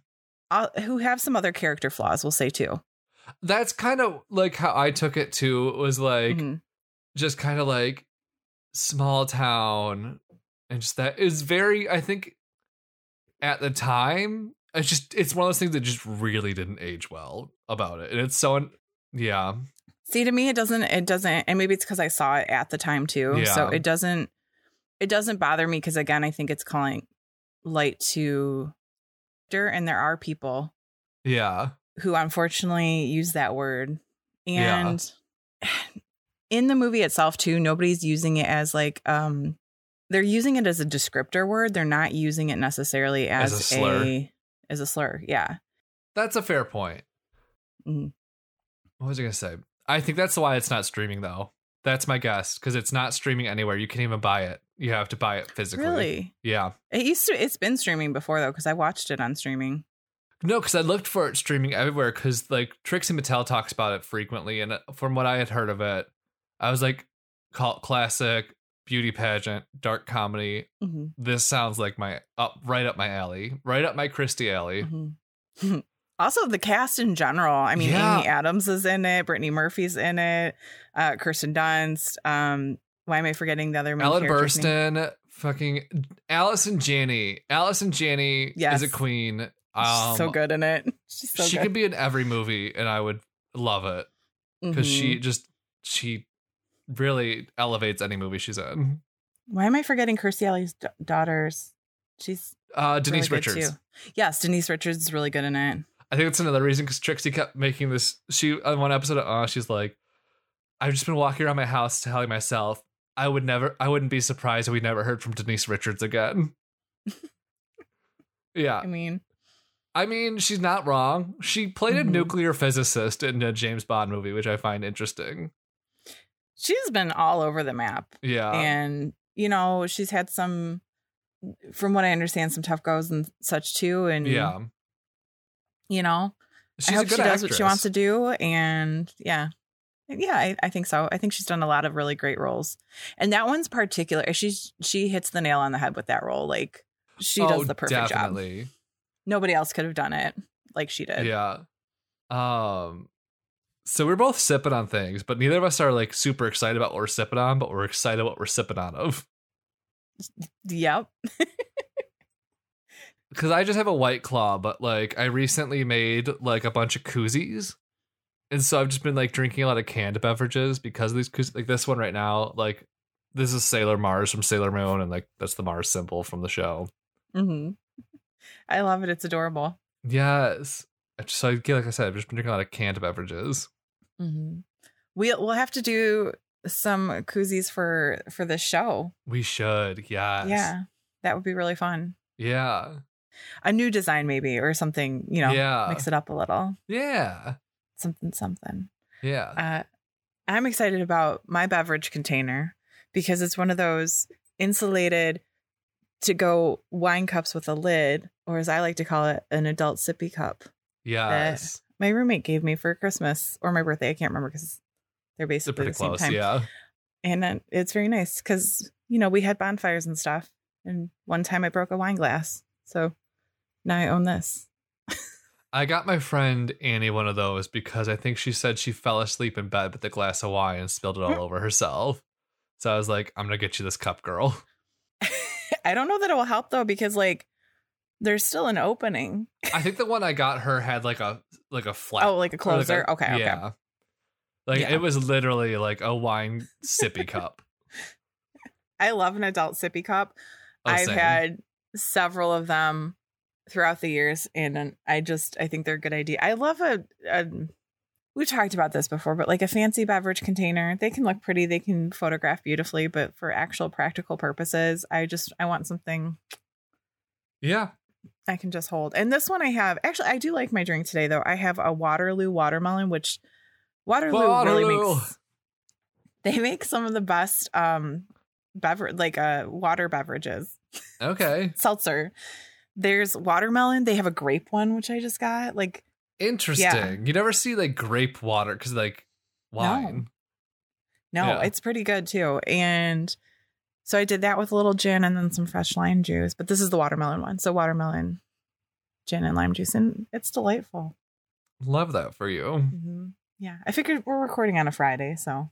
[SPEAKER 3] uh, who have some other character flaws, we'll say too.
[SPEAKER 2] that's kind of like how I took it too. It was like
[SPEAKER 3] Mhm.
[SPEAKER 2] just kind of like small town and just that is very i think at the time it's just it's one of those things that just really didn't age well about it and it's so un- yeah
[SPEAKER 3] See, to me, it doesn't. It doesn't, and maybe it's because I saw it at the time too. So
[SPEAKER 2] Yeah.
[SPEAKER 3] it doesn't. It doesn't bother me because again, I think it's calling light to dirt, and there are people
[SPEAKER 2] yeah
[SPEAKER 3] who unfortunately use that word,
[SPEAKER 2] Yeah.
[SPEAKER 3] and in the movie itself too, nobody's using it as like um, they're using it as a descriptor word. They're not using it necessarily as,
[SPEAKER 2] As a slur.
[SPEAKER 3] a as a slur. Yeah.
[SPEAKER 2] that's a fair point
[SPEAKER 3] Mhm.
[SPEAKER 2] what was i gonna say i think that's why it's not streaming though that's my guess because it's not streaming anywhere you can't even buy it you have to buy it physically
[SPEAKER 3] Really?
[SPEAKER 2] yeah
[SPEAKER 3] It used to. It's been streaming before though, because I watched it on streaming.
[SPEAKER 2] No, because I looked for it streaming everywhere. Because like Trixie Mattel talks about it frequently, and uh, from what I had heard of it, I was like, cult classic, beauty pageant, dark comedy.
[SPEAKER 3] Mhm,
[SPEAKER 2] This sounds like my up right up my alley, right up my Christie alley.
[SPEAKER 3] mhm. also, the cast in general. I mean,
[SPEAKER 2] Yeah.
[SPEAKER 3] Amy Adams is in it. Brittany Murphy's in it. Uh, Kirsten Dunst. Um, why am I forgetting the other main
[SPEAKER 2] Ellen
[SPEAKER 3] character's name?
[SPEAKER 2] Burstyn, fucking Allison Janney. Allison Janney
[SPEAKER 3] Yes.
[SPEAKER 2] is a queen.
[SPEAKER 3] She's
[SPEAKER 2] Um,
[SPEAKER 3] so good in it. She's so
[SPEAKER 2] she
[SPEAKER 3] good.
[SPEAKER 2] could be in every movie, and I would love it because
[SPEAKER 3] Mhm.
[SPEAKER 2] she just she really elevates any movie she's in.
[SPEAKER 3] Mm-hmm. Why am I forgetting Kirstie Alley's da- daughters? She's
[SPEAKER 2] Uh,
[SPEAKER 3] really
[SPEAKER 2] Denise
[SPEAKER 3] good,
[SPEAKER 2] Richards.
[SPEAKER 3] too. Yes, Denise Richards is really good in it.
[SPEAKER 2] I think that's another reason because Trixie kept making this. She on one episode, uh, she's like, "I've just been walking around my house telling myself I would never, I wouldn't be surprised if we never heard from Denise Richards again." yeah,
[SPEAKER 3] I mean,
[SPEAKER 2] I mean, she's not wrong. She played
[SPEAKER 3] Mhm.
[SPEAKER 2] a nuclear physicist in a James Bond movie, which I find interesting.
[SPEAKER 3] she's been all over the map.
[SPEAKER 2] Yeah,
[SPEAKER 3] and you know she's had some from what i understand some tough goes and such too and
[SPEAKER 2] yeah,
[SPEAKER 3] you know
[SPEAKER 2] she's
[SPEAKER 3] i hope
[SPEAKER 2] a
[SPEAKER 3] she
[SPEAKER 2] good
[SPEAKER 3] does
[SPEAKER 2] actress.
[SPEAKER 3] what she wants to do and yeah yeah I, I think so i think she's done a lot of really great roles and that one's particular she's she hits the nail on the head with that role like she
[SPEAKER 2] Oh,
[SPEAKER 3] does the perfect job
[SPEAKER 2] definitely.
[SPEAKER 3] nobody else could have done it like she did
[SPEAKER 2] Yeah. Um so we're both sipping on things, but neither of us are like super excited about what we're sipping on, but we're excited what we're sipping on of.
[SPEAKER 3] yep
[SPEAKER 2] Cause I just have a white claw, but like I recently made like a bunch of koozies. And so I've just been like drinking a lot of canned beverages because of these koozies. Like this one right now, like this is Sailor Mars from Sailor Moon, and like that's the Mars symbol from the show.
[SPEAKER 3] hmm i love it it's adorable
[SPEAKER 2] Yes. I just- So I get like I said, I've just been drinking a lot of canned beverages.
[SPEAKER 3] hmm we'll we'll have to do some koozies for for this show
[SPEAKER 2] We should, yes.
[SPEAKER 3] Yeah, that would be really fun.
[SPEAKER 2] Yeah.
[SPEAKER 3] A new design, maybe, or something. You know,
[SPEAKER 2] yeah.
[SPEAKER 3] mix it up a little.
[SPEAKER 2] Yeah.
[SPEAKER 3] Something, something.
[SPEAKER 2] Yeah.
[SPEAKER 3] Uh, I'm excited about my beverage container because it's one of those. insulated to go wine cups with a lid, or as I like to call it, an adult sippy cup.
[SPEAKER 2] Yes.
[SPEAKER 3] My roommate gave me for Christmas or my birthday. I can't remember because
[SPEAKER 2] They're
[SPEAKER 3] they're basically
[SPEAKER 2] pretty
[SPEAKER 3] the same
[SPEAKER 2] close.
[SPEAKER 3] time.
[SPEAKER 2] Yeah.
[SPEAKER 3] And uh, it's very nice because, you know, we had bonfires and stuff. And one time I broke a wine glass. So now I own this.
[SPEAKER 2] I got my friend Annie one of those because I think she said she fell asleep in bed with a glass of wine and spilled it
[SPEAKER 3] Mm.
[SPEAKER 2] all over herself. So I was like, I'm gonna get you this cup, girl.
[SPEAKER 3] I don't know that it will help though, because like there's still an opening.
[SPEAKER 2] I think the one I got her had like a like a flat.
[SPEAKER 3] Oh, like a
[SPEAKER 2] or
[SPEAKER 3] closer? Okay, okay.
[SPEAKER 2] Yeah. Like
[SPEAKER 3] Yeah.
[SPEAKER 2] it was literally like a wine sippy cup.
[SPEAKER 3] I love an adult sippy cup.
[SPEAKER 2] Oh,
[SPEAKER 3] I've
[SPEAKER 2] same.
[SPEAKER 3] had several of them throughout the years, and um, I just I think they're a good idea. I love a, a we talked about this before, but like a fancy beverage container, they can look pretty, they can photograph beautifully, but for actual practical purposes, I just I want something
[SPEAKER 2] Yeah.
[SPEAKER 3] I can just hold. And this one I have actually I do like my drink today though. I have a Waterloo watermelon, which Waterloo, really
[SPEAKER 2] Waterloo.
[SPEAKER 3] makes they make some of the best um beverage like uh water beverages
[SPEAKER 2] Okay.
[SPEAKER 3] seltzer. There's watermelon. They have a grape one, which I just got. Like,
[SPEAKER 2] Interesting. You never see like grape water because like wine.
[SPEAKER 3] no,
[SPEAKER 2] Yeah.
[SPEAKER 3] it's pretty good too. And so I did that with a little gin and then some fresh lime juice. But this is the watermelon one. So watermelon, gin, and lime juice. And it's delightful.
[SPEAKER 2] Love that for you.
[SPEAKER 3] hmm Yeah. I figured we're recording on a Friday. So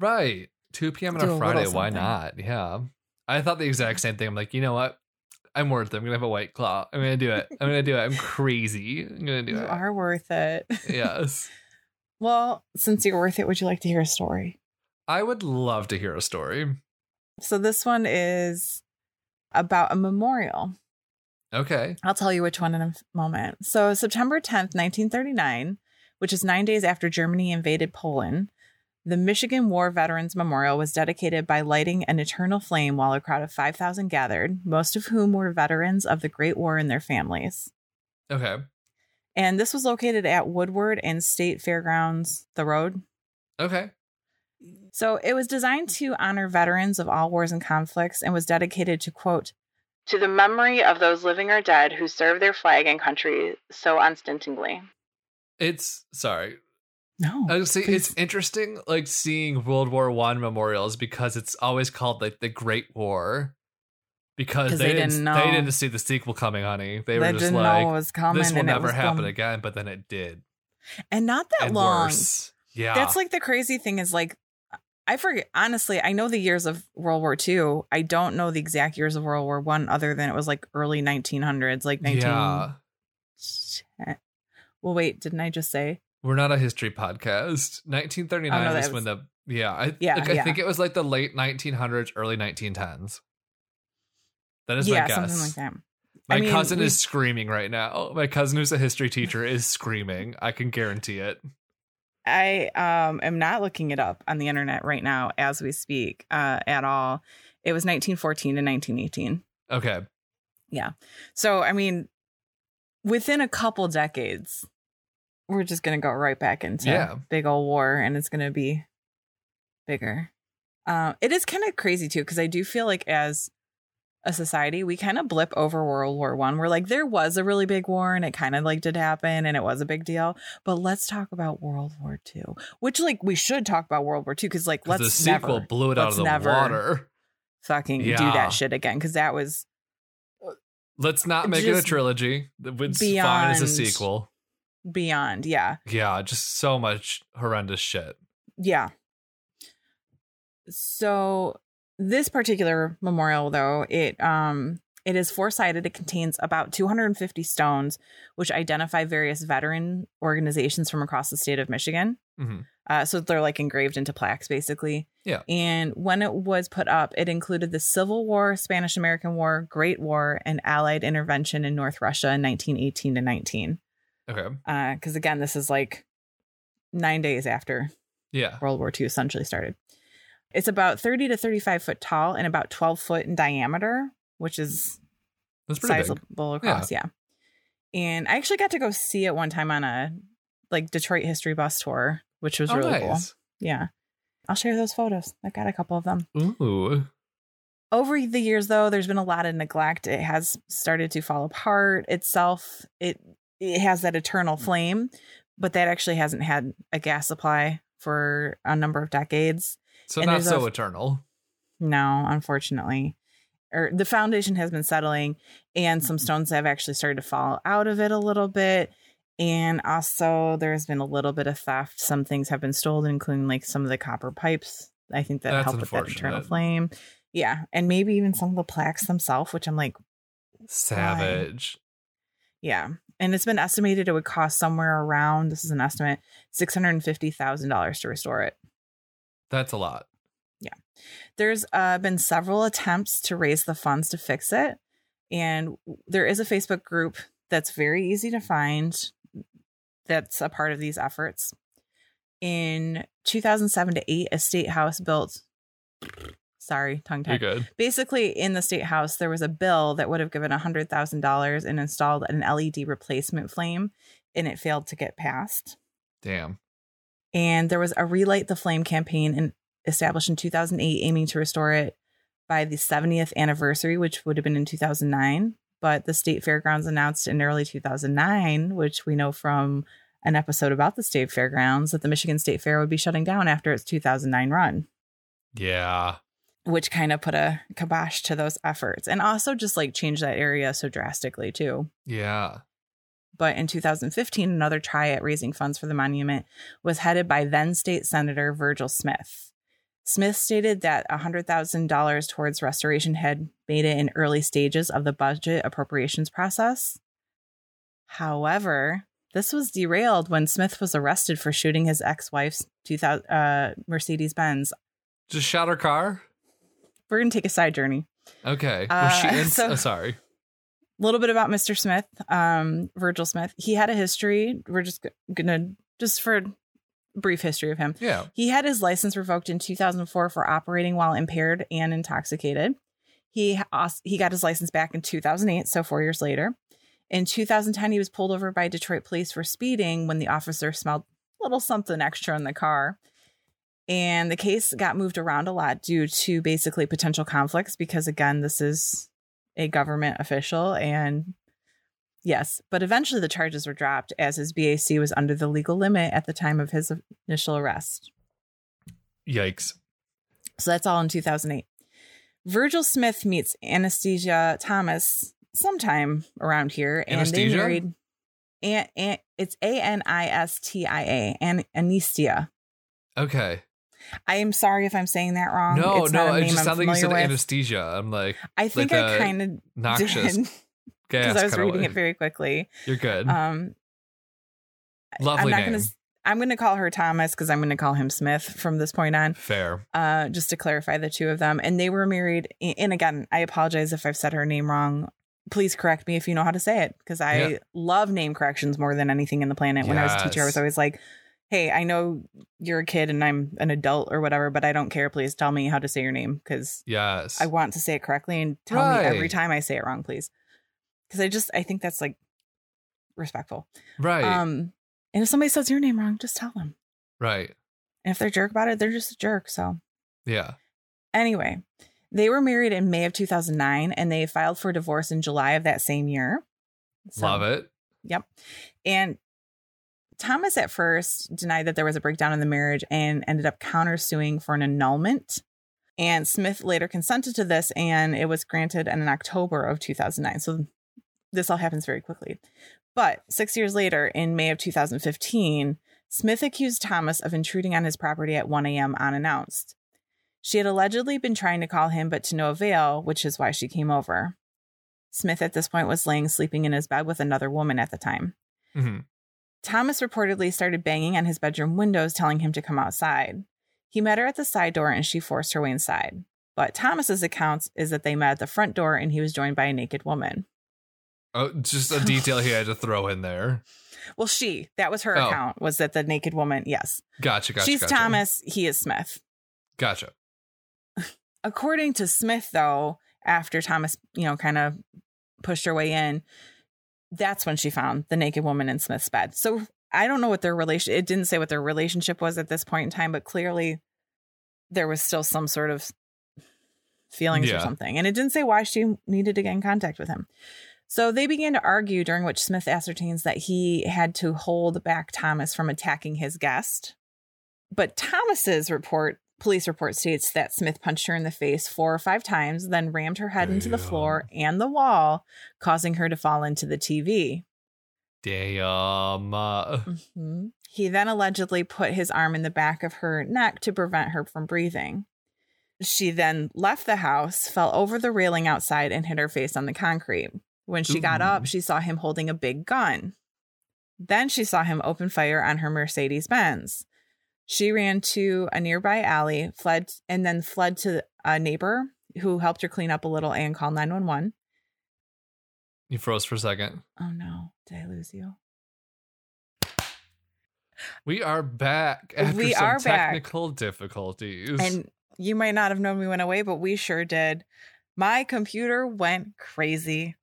[SPEAKER 2] Right. 2 p.m. on
[SPEAKER 3] Do
[SPEAKER 2] a
[SPEAKER 3] a little
[SPEAKER 2] Friday. Why
[SPEAKER 3] something.
[SPEAKER 2] not? Yeah. I thought the exact same thing. I'm like, you know what? I'm worth it. I'm going to have a white claw. I'm going to do it. I'm going to do it. I'm crazy. I'm going to do
[SPEAKER 3] you
[SPEAKER 2] it.
[SPEAKER 3] are worth it.
[SPEAKER 2] Yes.
[SPEAKER 3] well, since you're worth it, would you like to hear a story?
[SPEAKER 2] I would love to hear a story.
[SPEAKER 3] So this one is about a memorial.
[SPEAKER 2] Okay.
[SPEAKER 3] I'll tell you which one in a f- moment. So, September 10th, 1939, which is nine days after Germany invaded Poland, the Michigan War Veterans Memorial was dedicated by lighting an eternal flame while a crowd of 5,000 gathered, most of whom were veterans of the Great War and their families.
[SPEAKER 2] Okay.
[SPEAKER 3] And this was located at Woodward and State Fairgrounds, the road.
[SPEAKER 2] Okay.
[SPEAKER 3] So, it was designed to honor veterans of all wars and conflicts and was dedicated to, quote, to the memory of those living or dead who served their flag and country so unstintingly.
[SPEAKER 2] It's sorry.
[SPEAKER 3] No.
[SPEAKER 2] I would say Oh, it's interesting, like seeing World War One memorials because it's always called like the Great War, because
[SPEAKER 3] 'Cause
[SPEAKER 2] they,
[SPEAKER 3] they
[SPEAKER 2] didn't,
[SPEAKER 3] didn't
[SPEAKER 2] they
[SPEAKER 3] know.
[SPEAKER 2] didn't see the sequel coming, honey. They were
[SPEAKER 3] They
[SPEAKER 2] just
[SPEAKER 3] didn't know it
[SPEAKER 2] like,
[SPEAKER 3] was coming.
[SPEAKER 2] this will
[SPEAKER 3] and it
[SPEAKER 2] never
[SPEAKER 3] was
[SPEAKER 2] happen
[SPEAKER 3] gone.
[SPEAKER 2] again, but then it did,
[SPEAKER 3] And not that
[SPEAKER 2] and
[SPEAKER 3] long.
[SPEAKER 2] worse. Yeah,
[SPEAKER 3] That's like the crazy thing is like, I forget, honestly, I know the years of World War II. I don't know the exact years of World War One, other than it was like early 1900s, like 19.
[SPEAKER 2] yeah.
[SPEAKER 3] Well, wait, didn't I just say?
[SPEAKER 2] We're not a history podcast. 1939
[SPEAKER 3] Oh, no,
[SPEAKER 2] was
[SPEAKER 3] that
[SPEAKER 2] when
[SPEAKER 3] was-
[SPEAKER 2] the yeah, I,
[SPEAKER 3] Yeah,
[SPEAKER 2] like, I
[SPEAKER 3] yeah.
[SPEAKER 2] think it was like the late 1900s, early 1910s. That is
[SPEAKER 3] yeah,
[SPEAKER 2] my guess.
[SPEAKER 3] something like that.
[SPEAKER 2] My
[SPEAKER 3] I mean,
[SPEAKER 2] cousin
[SPEAKER 3] we-
[SPEAKER 2] is screaming right now. My cousin, who's a history teacher, is screaming. I can guarantee it.
[SPEAKER 3] I um, am not looking it up on the internet right now as we speak uh, at all. It was 1914 to 1918.
[SPEAKER 2] Okay.
[SPEAKER 3] So, I mean, within a couple decades, we're just going to go right back into
[SPEAKER 2] Yeah.
[SPEAKER 3] big old war and it's going to be bigger. Um, it is kind of crazy too because I do feel like as a society, we kind of blip over World War One. We're like, there was a really big war and it kind of like did happen and it was a big deal. But let's talk about World War Two, which like we should talk about World War Two because like
[SPEAKER 2] 'Cause
[SPEAKER 3] let's
[SPEAKER 2] the sequel
[SPEAKER 3] never
[SPEAKER 2] blew it out of
[SPEAKER 3] let's
[SPEAKER 2] the
[SPEAKER 3] never-
[SPEAKER 2] water.
[SPEAKER 3] fucking do
[SPEAKER 2] Yeah.
[SPEAKER 3] that shit again because that was
[SPEAKER 2] Let's not make it a
[SPEAKER 3] Just
[SPEAKER 2] trilogy. It's fine as a
[SPEAKER 3] beyond-
[SPEAKER 2] sequel.
[SPEAKER 3] beyond. Yeah.
[SPEAKER 2] Yeah, just so much horrendous shit.
[SPEAKER 3] Yeah. So this particular memorial though, it um it is four-sided. It contains about 250 stones which identify various veteran organizations from across the state of Michigan.
[SPEAKER 2] hmm
[SPEAKER 3] Uh, so they're like engraved into plaques basically.
[SPEAKER 2] Yeah.
[SPEAKER 3] And when it was put up, it included the Civil War, Spanish American War, Great War, and Allied intervention in North Russia in 1918 to 19.
[SPEAKER 2] Okay.
[SPEAKER 3] Uh, cuz again, this is like 9 days after
[SPEAKER 2] Yeah.
[SPEAKER 3] World War II essentially started. It's about 30 to 35 foot tall and about 12 foot in diameter, which is
[SPEAKER 2] That's pretty big.
[SPEAKER 3] sizable across. Yeah. And I actually got to go see it one time on a like Detroit history bus tour, which was
[SPEAKER 2] Oh,
[SPEAKER 3] really cool.
[SPEAKER 2] nice.
[SPEAKER 3] Yeah. I'll share those photos. I've got a couple of them.
[SPEAKER 2] Ooh.
[SPEAKER 3] over the years though there's been a lot of neglect it has started to fall apart itself it it has that
[SPEAKER 2] Mm.
[SPEAKER 3] eternal flame but that actually hasn't had a gas supply for a number of decades
[SPEAKER 2] So
[SPEAKER 3] And
[SPEAKER 2] not
[SPEAKER 3] there's
[SPEAKER 2] so
[SPEAKER 3] a-
[SPEAKER 2] eternal.
[SPEAKER 3] no unfortunately or the foundation has been settling and some
[SPEAKER 2] Mm-hmm.
[SPEAKER 3] stones have actually started to fall out of it a little bit and also there's been a little bit of theft some things have been stolen including like some of the copper pipes i think that
[SPEAKER 2] That's
[SPEAKER 3] helped with that internal
[SPEAKER 2] unfortunate.
[SPEAKER 3] flame yeah and maybe even some of the plaques themselves which i'm like
[SPEAKER 2] Savage.
[SPEAKER 3] Yeah. And it's been estimated it would cost somewhere around, this is an estimate, $650,000 to restore it.
[SPEAKER 2] That's a lot.
[SPEAKER 3] There's uh, been several attempts to raise the funds to fix it. And there is a Facebook group that's very easy to find that's a part of these efforts. In 2007 to 8, a state house built. Sorry, tongue tied.
[SPEAKER 2] You're good.
[SPEAKER 3] basically in the state house there was a bill that would have given $100000 and installed an led replacement flame and it failed to get passed
[SPEAKER 2] Damn.
[SPEAKER 3] and there was a relight the flame campaign in, established in 2008 aiming to restore it by the 70th anniversary which would have been in 2009 but the state fairgrounds announced in early 2009 which we know from an episode about the state fairgrounds that the michigan state fair would be shutting down after its 2009 run
[SPEAKER 2] Yeah.
[SPEAKER 3] which kind of put a kibosh to those efforts and also just like changed that area so drastically too.
[SPEAKER 2] Yeah.
[SPEAKER 3] But in 2015, another try at raising funds for the monument was headed by then state senator Virgil Smith. Smith stated that $100,000 towards restoration had made it in early stages of the budget appropriations process. However, this was derailed when Smith was arrested for shooting his ex wife's 2000 uh, Mercedes Benz.
[SPEAKER 2] Just shot her car.
[SPEAKER 3] We're going to take a side journey.
[SPEAKER 2] Okay.
[SPEAKER 3] Uh,
[SPEAKER 2] Was she in?
[SPEAKER 3] so-
[SPEAKER 2] oh, sorry.
[SPEAKER 3] little bit about Mr. Smith, um, Virgil Smith. He had a history. We're just g- gonna just for a brief history of him.
[SPEAKER 2] Yeah.
[SPEAKER 3] He had his license revoked in 2004 for operating while impaired and intoxicated. He also, he got his license back in 2008, so four years later. In 2010, he was pulled over by Detroit police for speeding when the officer smelled a little something extra in the car. And the case got moved around a lot due to basically potential conflicts because, again, this is a government official. And yes, but eventually the charges were dropped as his BAC was under the legal limit at the time of his initial arrest.
[SPEAKER 2] Yikes.
[SPEAKER 3] So that's all in 2008. Virgil Smith meets Anastasia Thomas sometime around here, and
[SPEAKER 2] Anastasia?
[SPEAKER 3] they married. And, and it's A N I S T I A, and Anistia.
[SPEAKER 2] Okay.
[SPEAKER 3] I am sorry if I'm saying that wrong.
[SPEAKER 2] no,
[SPEAKER 3] Um, it's
[SPEAKER 2] no.
[SPEAKER 3] not a
[SPEAKER 2] It
[SPEAKER 3] name
[SPEAKER 2] just
[SPEAKER 3] I'm
[SPEAKER 2] sounded like you
[SPEAKER 3] familiar
[SPEAKER 2] said
[SPEAKER 3] with.
[SPEAKER 2] anesthesia. I'm like
[SPEAKER 3] I think
[SPEAKER 2] like
[SPEAKER 3] I
[SPEAKER 2] a
[SPEAKER 3] kind of
[SPEAKER 2] noxious
[SPEAKER 3] did
[SPEAKER 2] gas.
[SPEAKER 3] because I was
[SPEAKER 2] kinda
[SPEAKER 3] reading
[SPEAKER 2] way.
[SPEAKER 3] it very quickly.
[SPEAKER 2] You're good.
[SPEAKER 3] Um,
[SPEAKER 2] Lovely name.
[SPEAKER 3] I'm not gonna. s- I'm gonna call her Thomas because I'm gonna call him Smith from this point on.
[SPEAKER 2] Fair.
[SPEAKER 3] Uh, just to clarify the two of them, and they were married. a- And again, I apologize if I've said her name wrong. Please correct me if you know how to say it because I
[SPEAKER 2] Yeah.
[SPEAKER 3] love name corrections more than anything in the planet. When I was a teacher, I was
[SPEAKER 2] Yes.
[SPEAKER 3] always like, "Hey, I know you're a kid and I'm an adult or whatever, but I don't care. Please tell me how to say your name because
[SPEAKER 2] Yes.
[SPEAKER 3] I want to say it correctly and tell me every
[SPEAKER 2] Right.
[SPEAKER 3] time I say it wrong, please. Because I just I think that's like respectful.
[SPEAKER 2] right.
[SPEAKER 3] Um, and if somebody says your name wrong, just tell them.
[SPEAKER 2] right.
[SPEAKER 3] And if they're a jerk about it, they're just a jerk. So
[SPEAKER 2] Yeah.
[SPEAKER 3] anyway, they were married in May of 2009, and they filed for divorce in July of that same year. So-
[SPEAKER 2] Love it.
[SPEAKER 3] And Thomas at first denied that there was a breakdown in the marriage and ended up countersuing for an annulment. And Smith later consented to this and it was granted in October of 2009. So this all happens very quickly. But six years later, in May of 2015, Smith accused Thomas of intruding on his property at 1 a.m. unannounced. She had allegedly been trying to call him, but to no avail, which is why she came over. Smith at this point was laying sleeping in his bed with another woman at the time.
[SPEAKER 2] hmm
[SPEAKER 3] Thomas reportedly started banging on his bedroom windows, telling him to come outside. He met her at the side door and she forced her way inside. But Thomas's accounts is that they met at the front door and he was joined by a naked woman.
[SPEAKER 2] Oh, just a detail he had to throw in there.
[SPEAKER 3] Well, she, that was her
[SPEAKER 2] Oh.
[SPEAKER 3] account, was that the naked woman, yes.
[SPEAKER 2] Gotcha. Gotcha.
[SPEAKER 3] She's
[SPEAKER 2] gotcha.
[SPEAKER 3] Thomas, he is Smith.
[SPEAKER 2] Gotcha.
[SPEAKER 3] according to Smith, though, after Thomas, you know, kind of pushed her way in, that's when she found the naked woman in Smith's bed. So I don't know what their relation. It didn't say what their relationship was at this point in time, but clearly there was still some sort of feelings or
[SPEAKER 2] Yeah.
[SPEAKER 3] something. And it didn't say why she needed to get in contact with him. So they began to argue, during which Smith ascertains that he had to hold back Thomas from attacking his guest. But Thomas's report, police report states that Smith punched her in the face four or five times, then rammed her head into the
[SPEAKER 2] Damn.
[SPEAKER 3] floor and the wall, causing her to fall into the TV.
[SPEAKER 2] Damn. Uh,
[SPEAKER 3] Mhm. He then allegedly put his arm in the back of her neck to prevent her from breathing. She then left the house, fell over the railing outside, and hit her face on the concrete. When she got
[SPEAKER 2] Ooh.
[SPEAKER 3] up, she saw him holding a big gun. Then she saw him open fire on her Mercedes Benz. She ran to a nearby alley, fled, and then fled to a neighbor who helped her clean up a little and call 911.
[SPEAKER 2] you froze for a second.
[SPEAKER 3] Oh no, did I lose you?
[SPEAKER 2] We are back after
[SPEAKER 3] We
[SPEAKER 2] some
[SPEAKER 3] are back.
[SPEAKER 2] technical difficulties.
[SPEAKER 3] And you might not have known we went away, but we sure did. My computer went crazy.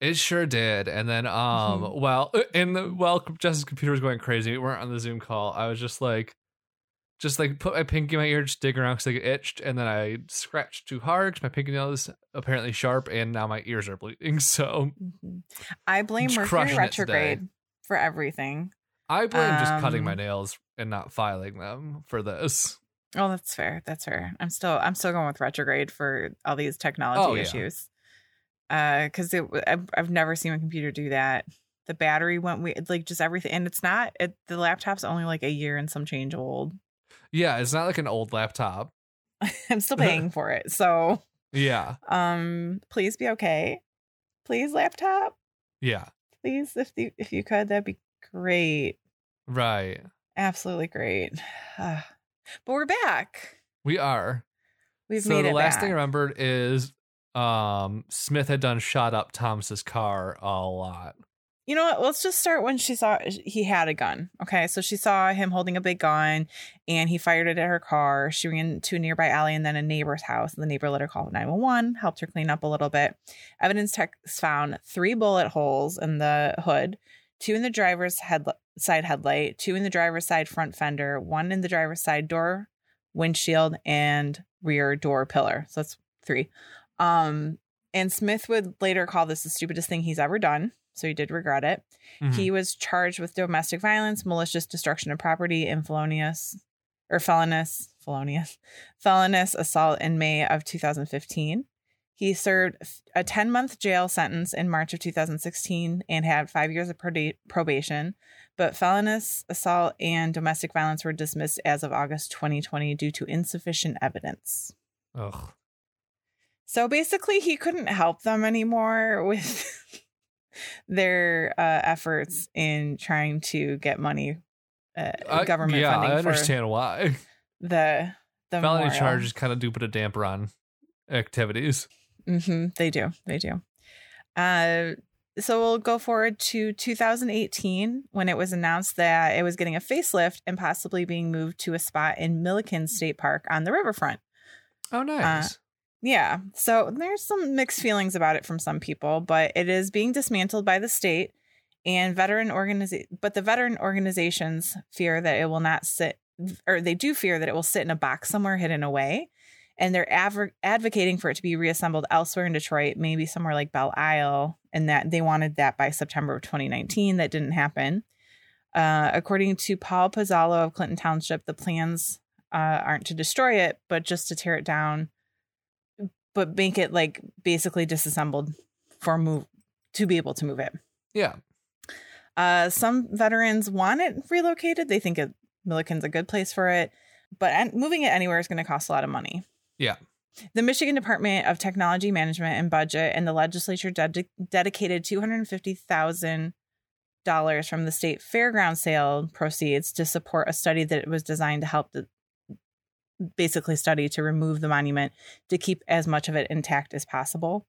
[SPEAKER 2] It sure did. And then, um,
[SPEAKER 3] Mhm.
[SPEAKER 2] while and the, while Jess's computer was going crazy, we weren't on the Zoom call. I was just like, just like put my pinky in my ear, just dig around because it itched, and then I scratched too hard because my pinky nail is apparently sharp, and now my ears are bleeding. So
[SPEAKER 3] I blame
[SPEAKER 2] Just
[SPEAKER 3] Mercury
[SPEAKER 2] Mm-hmm. crushing it
[SPEAKER 3] retrograde
[SPEAKER 2] today.
[SPEAKER 3] for everything.
[SPEAKER 2] I blame just cutting my
[SPEAKER 3] Um.
[SPEAKER 2] nails and not filing them for this.
[SPEAKER 3] Oh, that's fair. That's fair. I'm still I'm still going with retrograde for all these technology
[SPEAKER 2] Oh, yeah.
[SPEAKER 3] issues. Uh, because it I've, I've never seen a computer do that. The battery went we like just everything, and it's not. It, the laptop's only like a year and some change old.
[SPEAKER 2] Yeah, it's not like an old laptop.
[SPEAKER 3] I'm still paying for it, so
[SPEAKER 2] Yeah,
[SPEAKER 3] um, please be okay. Please, laptop.
[SPEAKER 2] yeah,
[SPEAKER 3] please if you if you could that'd be great
[SPEAKER 2] right.
[SPEAKER 3] absolutely great Ah. but we're back
[SPEAKER 2] We are.
[SPEAKER 3] we've
[SPEAKER 2] so
[SPEAKER 3] made
[SPEAKER 2] the
[SPEAKER 3] it
[SPEAKER 2] last thing I
[SPEAKER 3] back.
[SPEAKER 2] remembered is, um, Smith had done shot up Thomas's car a lot.
[SPEAKER 3] you know what let's just start when she saw he had a gun okay so she saw him holding a big gun and he fired it at her car she ran to a nearby alley and then a neighbor's house and the neighbor let her call 911 helped her clean up a little bit evidence techs found three bullet holes in the hood two in the driver's head side headlight two in the driver's side front fender one in the driver's side door windshield and rear door pillar. So that's three. Um, and Smith would later call this the stupidest thing he's ever done. So he did regret it.
[SPEAKER 2] Mhm.
[SPEAKER 3] He was charged with domestic violence, malicious destruction of property, and felonious or felonious, felonious, felonious assault in May of 2015. He served f- a 10 month jail sentence in March of 2016 and had five years of proda- probation. But felonious assault and domestic violence were dismissed as of August 2020 due to insufficient evidence.
[SPEAKER 2] Ugh.
[SPEAKER 3] So basically, he couldn't help them anymore with their uh, efforts in trying to get money, uh,
[SPEAKER 2] I-
[SPEAKER 3] government
[SPEAKER 2] yeah,
[SPEAKER 3] funding
[SPEAKER 2] I understand why.
[SPEAKER 3] for the the
[SPEAKER 2] Felony
[SPEAKER 3] memorial.
[SPEAKER 2] charges kind of do put a damper on activities.
[SPEAKER 3] hmm They do. They do. Uh, so we'll go forward to 2018 when it was announced that it was getting a facelift and possibly being moved to a spot in Milliken State Park on the riverfront. Uh,
[SPEAKER 2] Oh, nice.
[SPEAKER 3] Yeah. So there's some mixed feelings about it from some people, but it is being dismantled by the state and veteran organiza- but the veteran organizations fear that it will not sit or they do fear that it will sit in a box somewhere hidden away and they're adver- advocating for it to be reassembled elsewhere in Detroit, maybe somewhere like Belle Isle, and that they wanted that by September of 2019. That didn't happen. Uh, according to Paul Pozzalo of Clinton Township, the plans uh, aren't to destroy it, but just to tear it down, but make it like basically disassembled for move to be able to move it.
[SPEAKER 2] yeah.
[SPEAKER 3] Uh, some veterans want it relocated. They think it, Milliken's a good place for it, but an- moving it anywhere is going to cost a lot of money.
[SPEAKER 2] Yeah.
[SPEAKER 3] The Michigan Department of Technology Management and Budget and the legislature ded- dedicated two hundred fifty thousand dollars from the state fairground sale proceeds to support a study that was designed to help the basically study to remove the monument to keep as much of it intact as possible.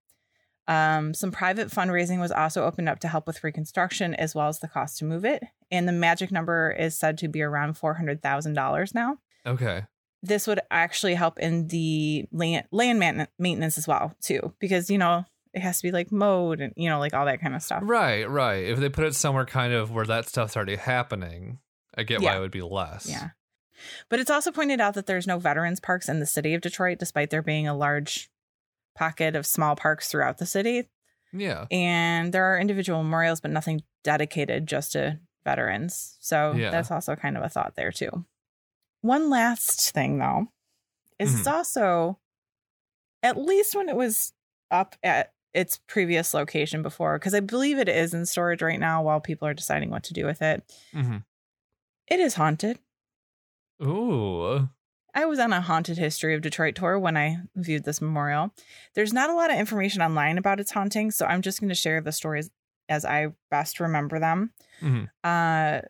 [SPEAKER 3] Um, some private fundraising was also opened up to help with reconstruction as well as the cost to move it. And the magic number is said to be around $400,000 now.
[SPEAKER 2] Okay.
[SPEAKER 3] This would actually help in the land, land man- maintenance as well, too, because, you know, it has to be like mowed and, you know, like all that kind of stuff.
[SPEAKER 2] Right, right. If they put it somewhere kind of where that stuff's already happening, I get
[SPEAKER 3] Yeah.
[SPEAKER 2] why it would be less.
[SPEAKER 3] Yeah. But it's also pointed out that there's no veterans parks in the city of Detroit, despite there being a large pocket of small parks throughout the city.
[SPEAKER 2] Yeah.
[SPEAKER 3] And there are individual memorials, but nothing dedicated just to veterans. So
[SPEAKER 2] Yeah.
[SPEAKER 3] that's also kind of a thought there, too. One last thing, though, is it's also, at least when it was up at its previous location before, because I believe it is in storage right now while people are deciding what to do with it,
[SPEAKER 2] Mm-hmm.
[SPEAKER 3] it is haunted.
[SPEAKER 2] Ooh.
[SPEAKER 3] I was on a haunted history of Detroit tour when I viewed this memorial. There's not a lot of information online about its haunting, so I'm just going to share the stories as I best remember them.
[SPEAKER 2] Mhm.
[SPEAKER 3] Uh,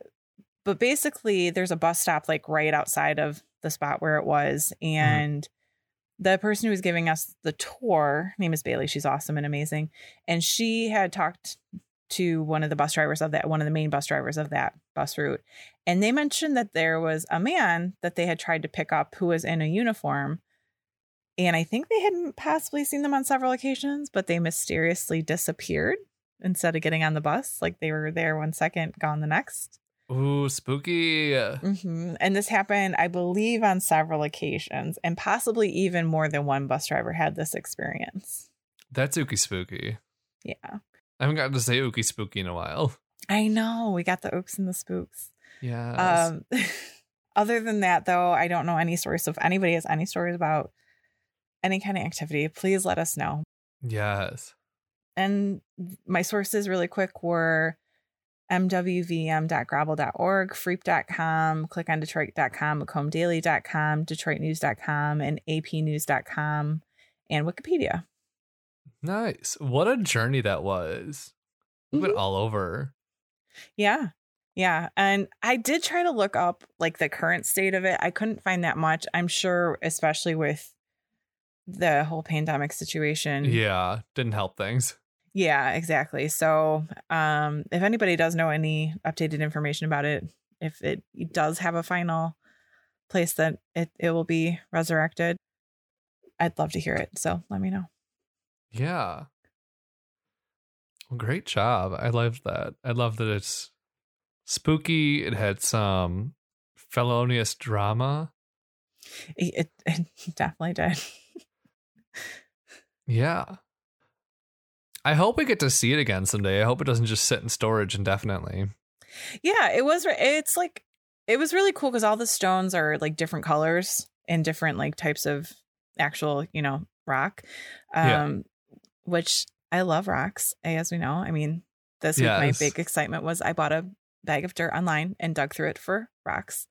[SPEAKER 3] but basically, there's a bus stop like right outside of the spot where it was, and the person who was giving us the tour, her name is Bailey. She's awesome and amazing, and she had talked to one of the bus drivers of that one of the main bus drivers of that bus route and they mentioned that there was a man that they had tried to pick up who was in a uniform. And I think they had possibly seen them on several occasions, but they mysteriously disappeared instead of getting on the bus. Like they were there one second, gone the next.
[SPEAKER 2] Ooh, spooky.
[SPEAKER 3] hmm And this happened, I believe, on several occasions, and possibly even more than one bus driver had this experience.
[SPEAKER 2] That's ooky spooky.
[SPEAKER 3] Yeah.
[SPEAKER 2] I haven't gotten to say ooky spooky in a while.
[SPEAKER 3] I know. We got the oops and the spooks.
[SPEAKER 2] Yeah.
[SPEAKER 3] Um, other than that, though, I don't know any stories. So if anybody has any stories about any kind of activity, please let us know.
[SPEAKER 2] yes.
[SPEAKER 3] And my sources, really quick, were mwvm.gravel.org, freep.com, clickondetroit.com, macomdaily.com, detroitnews.com, and apnews.com, and Wikipedia.
[SPEAKER 2] Nice. What a journey that was. We went
[SPEAKER 3] Mm-hmm.
[SPEAKER 2] all over.
[SPEAKER 3] Yeah. Yeah. And I did try to look up like the current state of it. I couldn't find that much. I'm sure, especially with the whole pandemic situation.
[SPEAKER 2] Yeah. Didn't help things.
[SPEAKER 3] Yeah, exactly. So um, if anybody does know any updated information about it, if it does have a final place that it, it will be resurrected, I'd love to hear it. So let me know.
[SPEAKER 2] Yeah. Well, great job. I loved that. I love that it's spooky. It had some felonious drama.
[SPEAKER 3] It, it, it definitely did.
[SPEAKER 2] Yeah. I hope we get to see it again someday. I hope it doesn't just sit in storage indefinitely.
[SPEAKER 3] Yeah, it was. re- It's like it was really cool because all the stones are like different colors and different like types of actual, you know, rock. Um,
[SPEAKER 2] Yeah.
[SPEAKER 3] which I love rocks, eh, as we know. I mean, this week my
[SPEAKER 2] Yes.
[SPEAKER 3] big excitement was I bought a bag of dirt online and dug through it for rocks.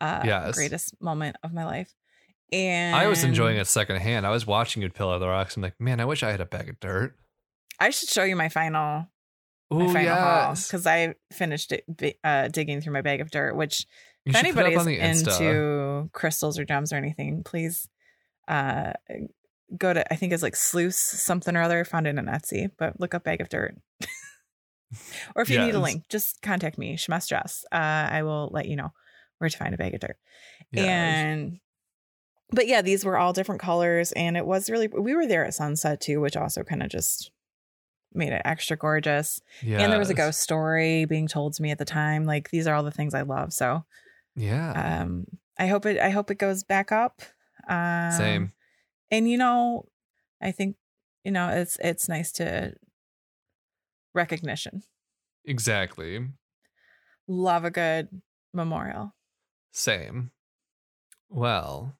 [SPEAKER 3] Uh,
[SPEAKER 2] Yes.
[SPEAKER 3] greatest moment of my life. And
[SPEAKER 2] I was enjoying it secondhand. I was watching you peel out the rocks. I'm like, man, I wish I had a bag of dirt.
[SPEAKER 3] I should show you my final my
[SPEAKER 2] Oh
[SPEAKER 3] final haul
[SPEAKER 2] yes,
[SPEAKER 3] because I finished it, bi- uh, digging through my bag of dirt, which
[SPEAKER 2] you
[SPEAKER 3] if
[SPEAKER 2] should put it up
[SPEAKER 3] anybody's
[SPEAKER 2] on the Insta.
[SPEAKER 3] into crystals or gems or anything, please uh, go to I think it's like Sluice something or other. I found it on Etsy, but look up bag of dirt. or if you need a
[SPEAKER 2] Yes.
[SPEAKER 3] link, just contact me, Shemas Dress. Uh, I will let you know where to find a bag of dirt.
[SPEAKER 2] Yes.
[SPEAKER 3] And but yeah, these were all different colors, and it was really we were there at sunset too, which also kind of just made it extra gorgeous. And there was a
[SPEAKER 2] Yes.
[SPEAKER 3] ghost story being told to me at the time. Like these are all the things I love. So
[SPEAKER 2] Yeah,
[SPEAKER 3] um I hope it I hope it goes back up. Um,
[SPEAKER 2] same.
[SPEAKER 3] And you know, I think you know it's it's nice to recognition.
[SPEAKER 2] Exactly.
[SPEAKER 3] Love a good memorial.
[SPEAKER 2] Same. Well,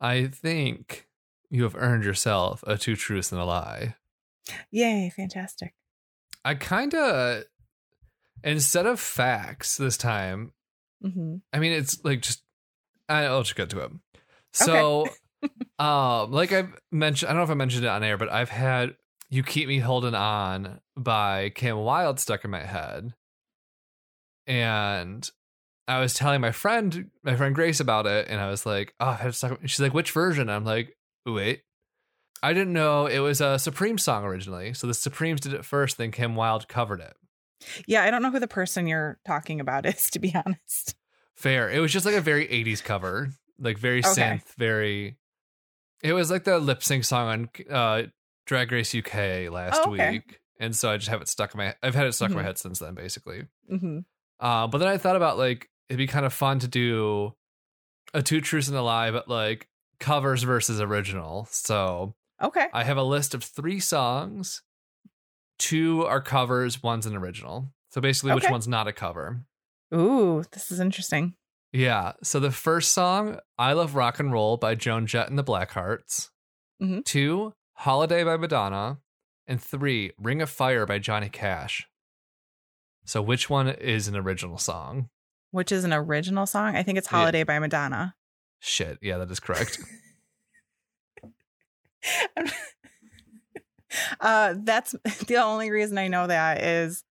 [SPEAKER 2] I think you have earned yourself a two truths and a lie.
[SPEAKER 3] Yay, fantastic.
[SPEAKER 2] I kind of, instead of facts this time,
[SPEAKER 3] hmm
[SPEAKER 2] I mean, it's like just, I- I'll just get to it. So, um, like I've mentioned, I don't know if I mentioned it on air, but I've had You Keep Me Holding On by Kim Wilde stuck in my head. And I was telling my friend, my friend Grace about it, and I was like, oh, I had it stuck. She's like, which version? I'm like, wait. I didn't know it was a Supreme song originally. So the Supremes did it first, then Kim Wilde covered it.
[SPEAKER 3] Yeah, I don't know who the person you're talking about is, to be honest.
[SPEAKER 2] Fair. It was just like a very 80s cover, like very
[SPEAKER 3] Okay.
[SPEAKER 2] synth, very. It was like the lip sync song on uh, Drag Race UK last
[SPEAKER 3] Oh, okay.
[SPEAKER 2] week, and so I just have it stuck in my. I've had it stuck in
[SPEAKER 3] Mhm.
[SPEAKER 2] my head since then, basically.
[SPEAKER 3] hmm
[SPEAKER 2] Uh, but then I thought about like it'd be kind of fun to do a two truths and a lie, but like covers versus original. So
[SPEAKER 3] Okay.
[SPEAKER 2] I have a list of three songs. Two are covers, one's an original. So basically, which
[SPEAKER 3] Okay.
[SPEAKER 2] one's not a cover?
[SPEAKER 3] Ooh, this is interesting.
[SPEAKER 2] Yeah. So the first song, I Love Rock and Roll by Joan Jett and the Blackhearts.
[SPEAKER 3] Mhm.
[SPEAKER 2] Two, Holiday by Madonna. And three, Ring of Fire by Johnny Cash. So which one is an original song?
[SPEAKER 3] Which is an original song. I think it's
[SPEAKER 2] Yeah.
[SPEAKER 3] Holiday by Madonna.
[SPEAKER 2] Shit. Yeah, that is correct.
[SPEAKER 3] uh that's the only reason I know that is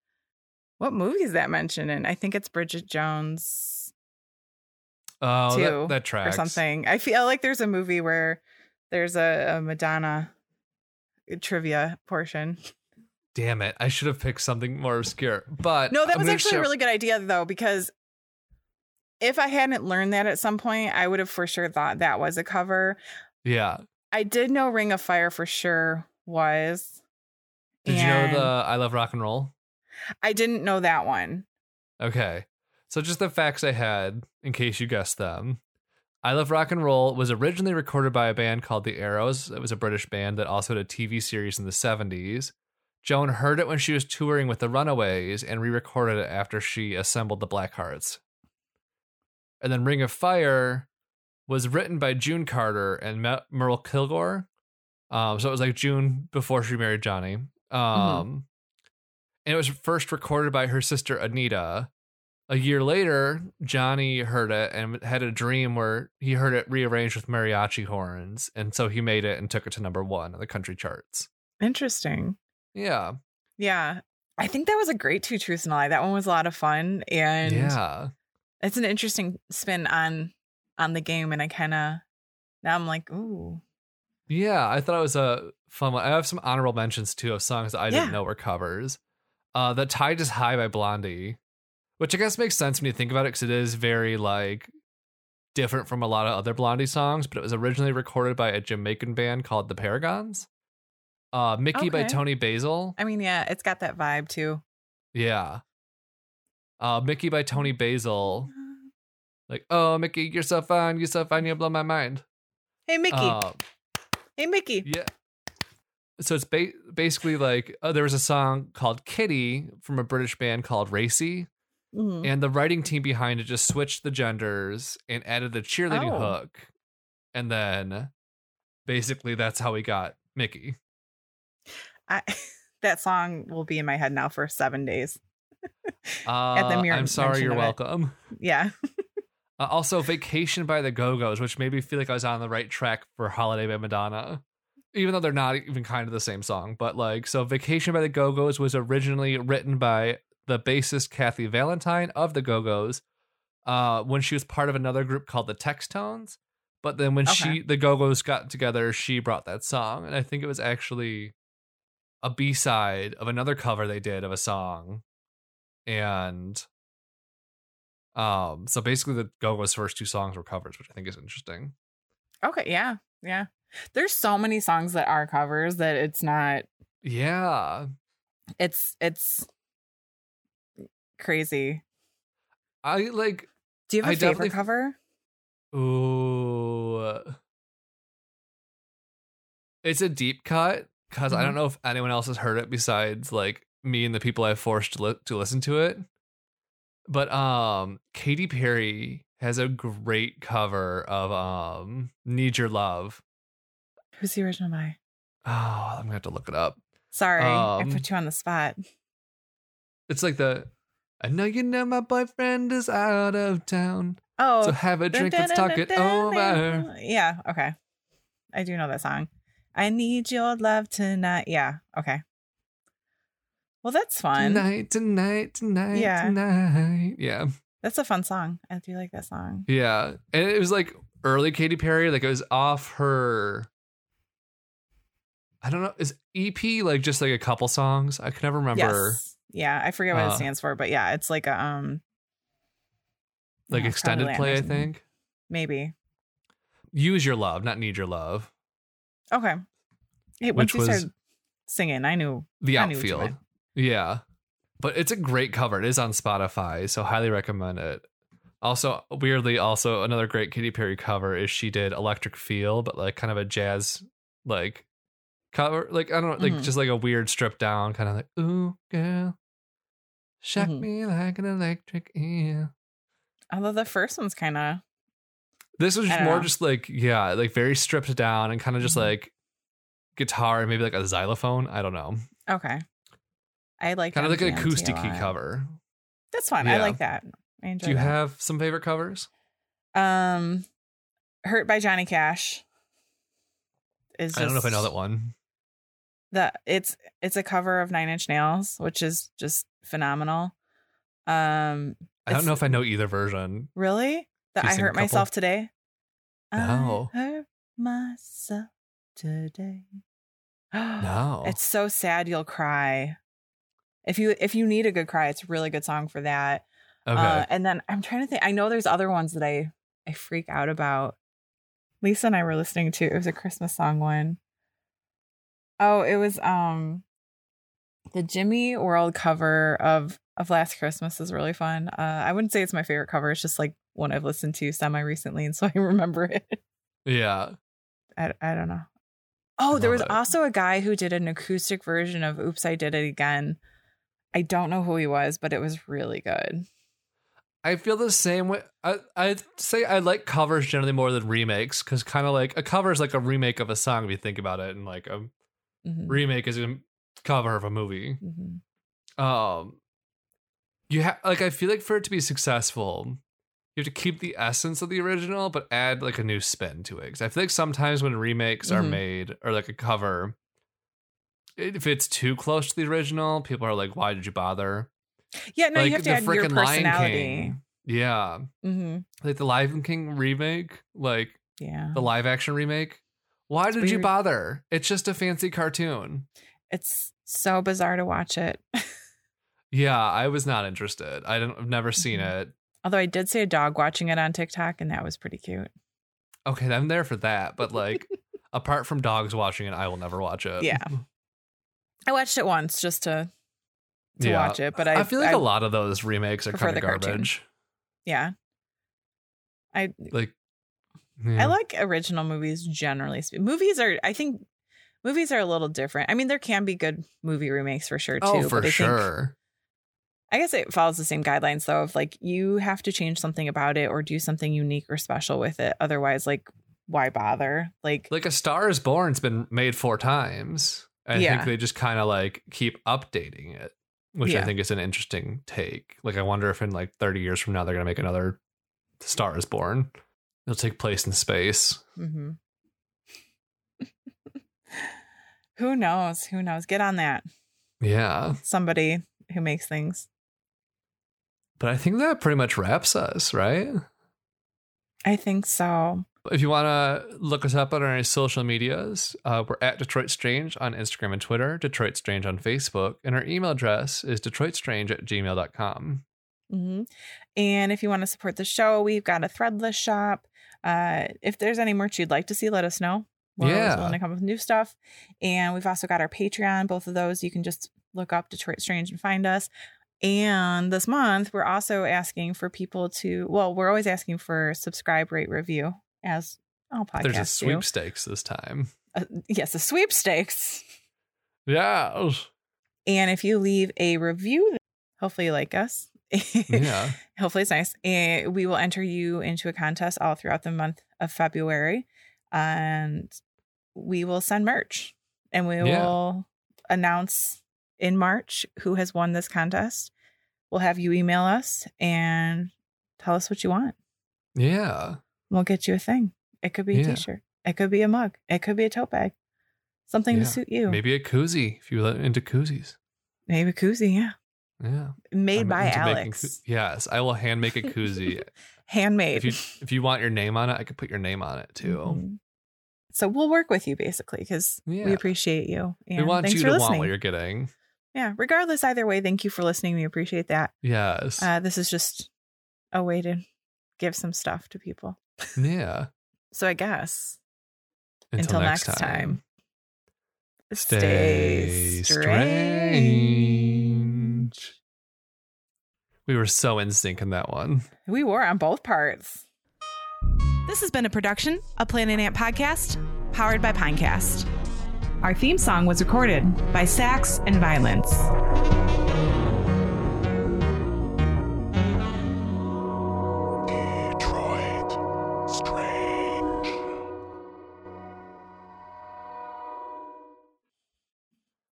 [SPEAKER 3] what movie is that mentioned in? I think it's Bridget Jones
[SPEAKER 2] Oh,
[SPEAKER 3] Two
[SPEAKER 2] that, that tracks.
[SPEAKER 3] or something. I feel like there's a movie where there's a, a Madonna uh, trivia portion.
[SPEAKER 2] Damn it. I should have picked something more obscure. But
[SPEAKER 3] No, that
[SPEAKER 2] I'm
[SPEAKER 3] was
[SPEAKER 2] gonna
[SPEAKER 3] actually
[SPEAKER 2] show-
[SPEAKER 3] a really good idea though, because if I hadn't learned that at some point, I would have for sure thought that was a cover.
[SPEAKER 2] Yeah.
[SPEAKER 3] I did know Ring of Fire for sure was.
[SPEAKER 2] Did
[SPEAKER 3] and
[SPEAKER 2] you know the I Love Rock and Roll?
[SPEAKER 3] I didn't know that one.
[SPEAKER 2] Okay. So just the facts I had, in case you guessed them. I Love Rock and Roll was originally recorded by a band called The Arrows. It was a British band that also did a TV series in the 70s. Joan heard it when she was touring with the Runaways and re recorded it after she assembled the Blackhearts. And then Ring of Fire was written by June Carter and Me- Merle Kilgore. Um, so it was like June before she married Johnny. Um, And it was first recorded by her sister Anita. A year later, Johnny heard it and had a dream where he heard it rearranged with mariachi horns. And so he made it and took it to number one on the country charts.
[SPEAKER 3] Interesting.
[SPEAKER 2] Yeah.
[SPEAKER 3] Yeah. I think that was a great two truths and a lie. That one was a lot of fun and
[SPEAKER 2] yeah.
[SPEAKER 3] it's an interesting spin on on the game and I kind of now I'm like, ooh.
[SPEAKER 2] Yeah, I thought it was a fun one. I have some honorable mentions too of songs that I
[SPEAKER 3] Yeah.
[SPEAKER 2] didn't know were covers. Uh, "The Tide Is High" by Blondie, which I guess makes sense when you think about it, because it is very like different from a lot of other Blondie songs. But it was originally recorded by a Jamaican band called the Paragons. Uh, "Mickey" by
[SPEAKER 3] Okay.
[SPEAKER 2] Tony Basil.
[SPEAKER 3] I mean, yeah, it's got that vibe too.
[SPEAKER 2] Yeah. Uh, "Mickey" by Tony Basil.
[SPEAKER 3] Mm.
[SPEAKER 2] Like, oh, Mickey, you're so fine, you're so fine, you blow my mind.
[SPEAKER 3] Hey Mickey.
[SPEAKER 2] Uh,
[SPEAKER 3] hey Mickey.
[SPEAKER 2] Yeah. So it's ba- basically like uh, there was a song called Kitty from a British band called Racy,
[SPEAKER 3] Mhm.
[SPEAKER 2] and the writing team behind it just switched the genders and added the cheerleading
[SPEAKER 3] Oh.
[SPEAKER 2] hook. And then basically that's how we got Mickey.
[SPEAKER 3] I, that song will be in my head now for 7 days.
[SPEAKER 2] Uh,
[SPEAKER 3] mere
[SPEAKER 2] I'm sorry,
[SPEAKER 3] mention
[SPEAKER 2] you're
[SPEAKER 3] of it.
[SPEAKER 2] welcome.
[SPEAKER 3] Yeah.
[SPEAKER 2] Uh, also, Vacation by the Go Go's, which made me feel like I was on the right track for Holiday by Madonna, even though they're not even kind of the same song. But like, so Vacation by the Go Go's was originally written by the bassist Kathy Valentine of the Go Go's uh, when she was part of another group called the Textones. But then when she,
[SPEAKER 3] Okay.
[SPEAKER 2] the Go Go's got together, she brought that song. And I think it was actually a B side of another cover they did of a song. And um, so basically, the Go Go's first two songs were covers, which I think is interesting.
[SPEAKER 3] Okay, yeah. Yeah. There's so many songs that are covers that it's not
[SPEAKER 2] Yeah,
[SPEAKER 3] it's it's crazy.
[SPEAKER 2] I like.
[SPEAKER 3] Do you have a
[SPEAKER 2] I
[SPEAKER 3] favorite
[SPEAKER 2] definitely-
[SPEAKER 3] cover?
[SPEAKER 2] Ooh, it's a deep cut because I don't know if anyone else has heard it besides like me and the people I've forced to, li- to listen to it. But um, Katy Perry has a great cover of um "Need Your Love."
[SPEAKER 3] Who's the original by?
[SPEAKER 2] Oh, I'm gonna have to look it up.
[SPEAKER 3] Sorry, I
[SPEAKER 2] Um,
[SPEAKER 3] put you on the spot.
[SPEAKER 2] It's like the I know you know my boyfriend is out of town.
[SPEAKER 3] Oh,
[SPEAKER 2] So have a drink, let's talk it over.
[SPEAKER 3] Yeah, okay. I do know that song. I need your love tonight. Yeah, okay. Well, that's fun.
[SPEAKER 2] Tonight, tonight, tonight,
[SPEAKER 3] Yeah.
[SPEAKER 2] tonight. Yeah.
[SPEAKER 3] That's a fun song. I do like that song.
[SPEAKER 2] Yeah. And it was like early Katy Perry, like it was off her I don't know, is EP like just like a couple songs? I can never remember
[SPEAKER 3] Yes. Yeah, I forget what
[SPEAKER 2] Uh,
[SPEAKER 3] it stands for, but yeah, it's like a um
[SPEAKER 2] like
[SPEAKER 3] yeah, it's probably
[SPEAKER 2] extended play, I
[SPEAKER 3] Anderson.
[SPEAKER 2] think.
[SPEAKER 3] Maybe.
[SPEAKER 2] Use Your Love, not Need Your Love.
[SPEAKER 3] Okay. Hey,
[SPEAKER 2] Which
[SPEAKER 3] once you
[SPEAKER 2] was-
[SPEAKER 3] started singing, I knew
[SPEAKER 2] The
[SPEAKER 3] I knew what you
[SPEAKER 2] outfield.
[SPEAKER 3] meant.
[SPEAKER 2] Yeah. But it's a great cover. It is on Spotify, so highly recommend it. Also, weirdly, also another great Katy Perry cover is she did Electric Feel, but like kind of a jazz like cover, like I don't know, like
[SPEAKER 3] Mhm.
[SPEAKER 2] just like a weird stripped down kind of like ooh girl, shock
[SPEAKER 3] Mhm.
[SPEAKER 2] me like an electric eel.
[SPEAKER 3] Although the first one's kind of
[SPEAKER 2] This was
[SPEAKER 3] I
[SPEAKER 2] just
[SPEAKER 3] don't
[SPEAKER 2] more
[SPEAKER 3] know.
[SPEAKER 2] just like yeah, like very stripped down and kind of just
[SPEAKER 3] Mhm.
[SPEAKER 2] like guitar and maybe like a xylophone. I don't know,
[SPEAKER 3] okay. I like
[SPEAKER 2] kind of like an
[SPEAKER 3] MGMT a
[SPEAKER 2] acoustic
[SPEAKER 3] lot.
[SPEAKER 2] cover.
[SPEAKER 3] That's fun. I
[SPEAKER 2] Yeah.
[SPEAKER 3] like that. I enjoy.
[SPEAKER 2] Do you
[SPEAKER 3] that.
[SPEAKER 2] have some favorite covers?
[SPEAKER 3] Um, Hurt by Johnny Cash. Is
[SPEAKER 2] I don't know if I know
[SPEAKER 3] just
[SPEAKER 2] that one.
[SPEAKER 3] The it's it's a cover of Nine Inch Nails, which is just phenomenal. Um,
[SPEAKER 2] I don't
[SPEAKER 3] It's-
[SPEAKER 2] know if I know either version.
[SPEAKER 3] really, the
[SPEAKER 2] Can you
[SPEAKER 3] I
[SPEAKER 2] sing a
[SPEAKER 3] hurt myself
[SPEAKER 2] couple?
[SPEAKER 3] today.
[SPEAKER 2] No.
[SPEAKER 3] I hurt myself today.
[SPEAKER 2] No,
[SPEAKER 3] It's so sad you'll cry. If you if you need a good cry, it's a really good song for that.
[SPEAKER 2] okay.
[SPEAKER 3] Uh, and then I'm trying to think. I know there's other ones that I I freak out about. Lisa and I were listening to. It was a Christmas song one. Oh, it was um the Jimmy World cover of of Last Christmas is really fun. Uh, I wouldn't say it's my favorite cover. It's just like one I've listened to semi recently, and so I remember it.
[SPEAKER 2] yeah.
[SPEAKER 3] I, I don't know. Oh, there
[SPEAKER 2] love
[SPEAKER 3] was
[SPEAKER 2] it.
[SPEAKER 3] also a guy who did an acoustic version of Oops, I Did It Again. I don't know who he was, but it was really good.
[SPEAKER 2] I feel the same way. I I say I like covers generally more than remakes because kind of like a cover is like a remake of a song if you think about it, and like a
[SPEAKER 3] Mhm,
[SPEAKER 2] remake is a cover of a movie.
[SPEAKER 3] mhm.
[SPEAKER 2] Um, you have like I feel like for it to be successful, you have to keep the essence of the original but add like a new spin to it. 'Cause I feel like sometimes when remakes are
[SPEAKER 3] Mhm.
[SPEAKER 2] made or like a cover, it- if it's too close to the original, people are like, "Why did you bother?"
[SPEAKER 3] Yeah, no,
[SPEAKER 2] like
[SPEAKER 3] you have to add your
[SPEAKER 2] frickin' Lion
[SPEAKER 3] personality.
[SPEAKER 2] King. Yeah.
[SPEAKER 3] hmm
[SPEAKER 2] like the Lion King remake, like
[SPEAKER 3] Yeah,
[SPEAKER 2] the live action remake. Why did you
[SPEAKER 3] Mm-hmm. weird.
[SPEAKER 2] bother? It's just a fancy cartoon.
[SPEAKER 3] it's so bizarre to watch it.
[SPEAKER 2] Yeah, I was not interested. I don't, I've never seen
[SPEAKER 3] Mm-hmm.
[SPEAKER 2] it.
[SPEAKER 3] Although I did see a dog watching it on TikTok, and that was pretty cute.
[SPEAKER 2] Okay, I'm there for that, but like, apart from dogs watching it, I will never watch it.
[SPEAKER 3] Yeah. I watched it once just to to
[SPEAKER 2] Yeah.
[SPEAKER 3] watch it, but I,
[SPEAKER 2] I, feel like a
[SPEAKER 3] a
[SPEAKER 2] lot of those remakes are
[SPEAKER 3] prefer
[SPEAKER 2] kind
[SPEAKER 3] the
[SPEAKER 2] of
[SPEAKER 3] cartoon.
[SPEAKER 2] garbage.
[SPEAKER 3] Yeah, I
[SPEAKER 2] Like, yeah.
[SPEAKER 3] I like original movies generally. spe- Movies are, I think, movies are a little different. I mean, there can be good movie remakes for sure too.
[SPEAKER 2] oh
[SPEAKER 3] but I
[SPEAKER 2] for
[SPEAKER 3] think-
[SPEAKER 2] sure.
[SPEAKER 3] I guess it follows the same guidelines though of like you have to change something about it or do something unique or special with it. Otherwise, like why bother? Like,
[SPEAKER 2] Like a Star is Born's been made four times. I
[SPEAKER 3] Yeah.
[SPEAKER 2] think they just kind of like keep updating it, which
[SPEAKER 3] Yeah.
[SPEAKER 2] I think is an interesting take. Like I wonder if in like 30 years from now they're gonna make another Star is Born. It'll take place in space.
[SPEAKER 3] mhm. who knows? Who knows? Get on that.
[SPEAKER 2] Yeah,
[SPEAKER 3] Somebody who makes things.
[SPEAKER 2] but I think that pretty much wraps us, right?
[SPEAKER 3] I think so.
[SPEAKER 2] If you want to look us up on our social medias, uh, we're at Detroit Strange on Instagram and Twitter, Detroit Strange on Facebook, and our email address is detroitstrange at gmail.com. Mm-hmm.
[SPEAKER 3] hmm And if you want to support the show, we've got a threadless shop. Uh, if there's any merch you'd like to see, let us know. We're always
[SPEAKER 2] Yeah.
[SPEAKER 3] willing to come up with new stuff. And we've also got our Patreon. Both of those you can just look up Detroit Strange and find us. And this month, we're also asking for people to, well, we're always asking for subscribe, rate, review, as all podcasts
[SPEAKER 2] There's a
[SPEAKER 3] do.
[SPEAKER 2] sweepstakes this time.
[SPEAKER 3] uh, Yes, a sweepstakes.
[SPEAKER 2] Yeah.
[SPEAKER 3] And if you leave a review, hopefully you like us.
[SPEAKER 2] Yeah.
[SPEAKER 3] hopefully it's nice. And we will enter you into a contest all throughout the month of February, and we will send merch, and we
[SPEAKER 2] Yeah.
[SPEAKER 3] will announce in March who has won this contest. We'll have you email us and tell us what you want.
[SPEAKER 2] Yeah.
[SPEAKER 3] We'll get you a thing. It could be a
[SPEAKER 2] Yeah.
[SPEAKER 3] shirt It could be a mug. It could be a tote bag. Something
[SPEAKER 2] Yeah.
[SPEAKER 3] to suit you.
[SPEAKER 2] Maybe a koozie if you're into koozies.
[SPEAKER 3] Maybe a koozie. Yeah.
[SPEAKER 2] Yeah.
[SPEAKER 3] Made
[SPEAKER 2] I'm
[SPEAKER 3] by
[SPEAKER 2] into making
[SPEAKER 3] Alex.
[SPEAKER 2] koo- yes. I will hand make a koozie.
[SPEAKER 3] Handmade.
[SPEAKER 2] if you if you want your name on it, I could put your name on it too.
[SPEAKER 3] Mhm. So we'll work with you basically because we
[SPEAKER 2] Yeah.
[SPEAKER 3] appreciate you. And
[SPEAKER 2] We want
[SPEAKER 3] thanks
[SPEAKER 2] you
[SPEAKER 3] for
[SPEAKER 2] to
[SPEAKER 3] listening.
[SPEAKER 2] want what you're getting.
[SPEAKER 3] yeah. Regardless, either way, thank you for listening. We appreciate that.
[SPEAKER 2] Yes.
[SPEAKER 3] Uh, this is just a way to give some stuff to people.
[SPEAKER 2] yeah.
[SPEAKER 3] So I guess
[SPEAKER 2] Until, next, time. Stay strange.
[SPEAKER 3] strange.
[SPEAKER 2] We were so in sync in that one.
[SPEAKER 5] We were on both parts.
[SPEAKER 3] This has been a production, a Planet Ant podcast, powered by Pinecast. Our theme song was recorded by Sax and Violence.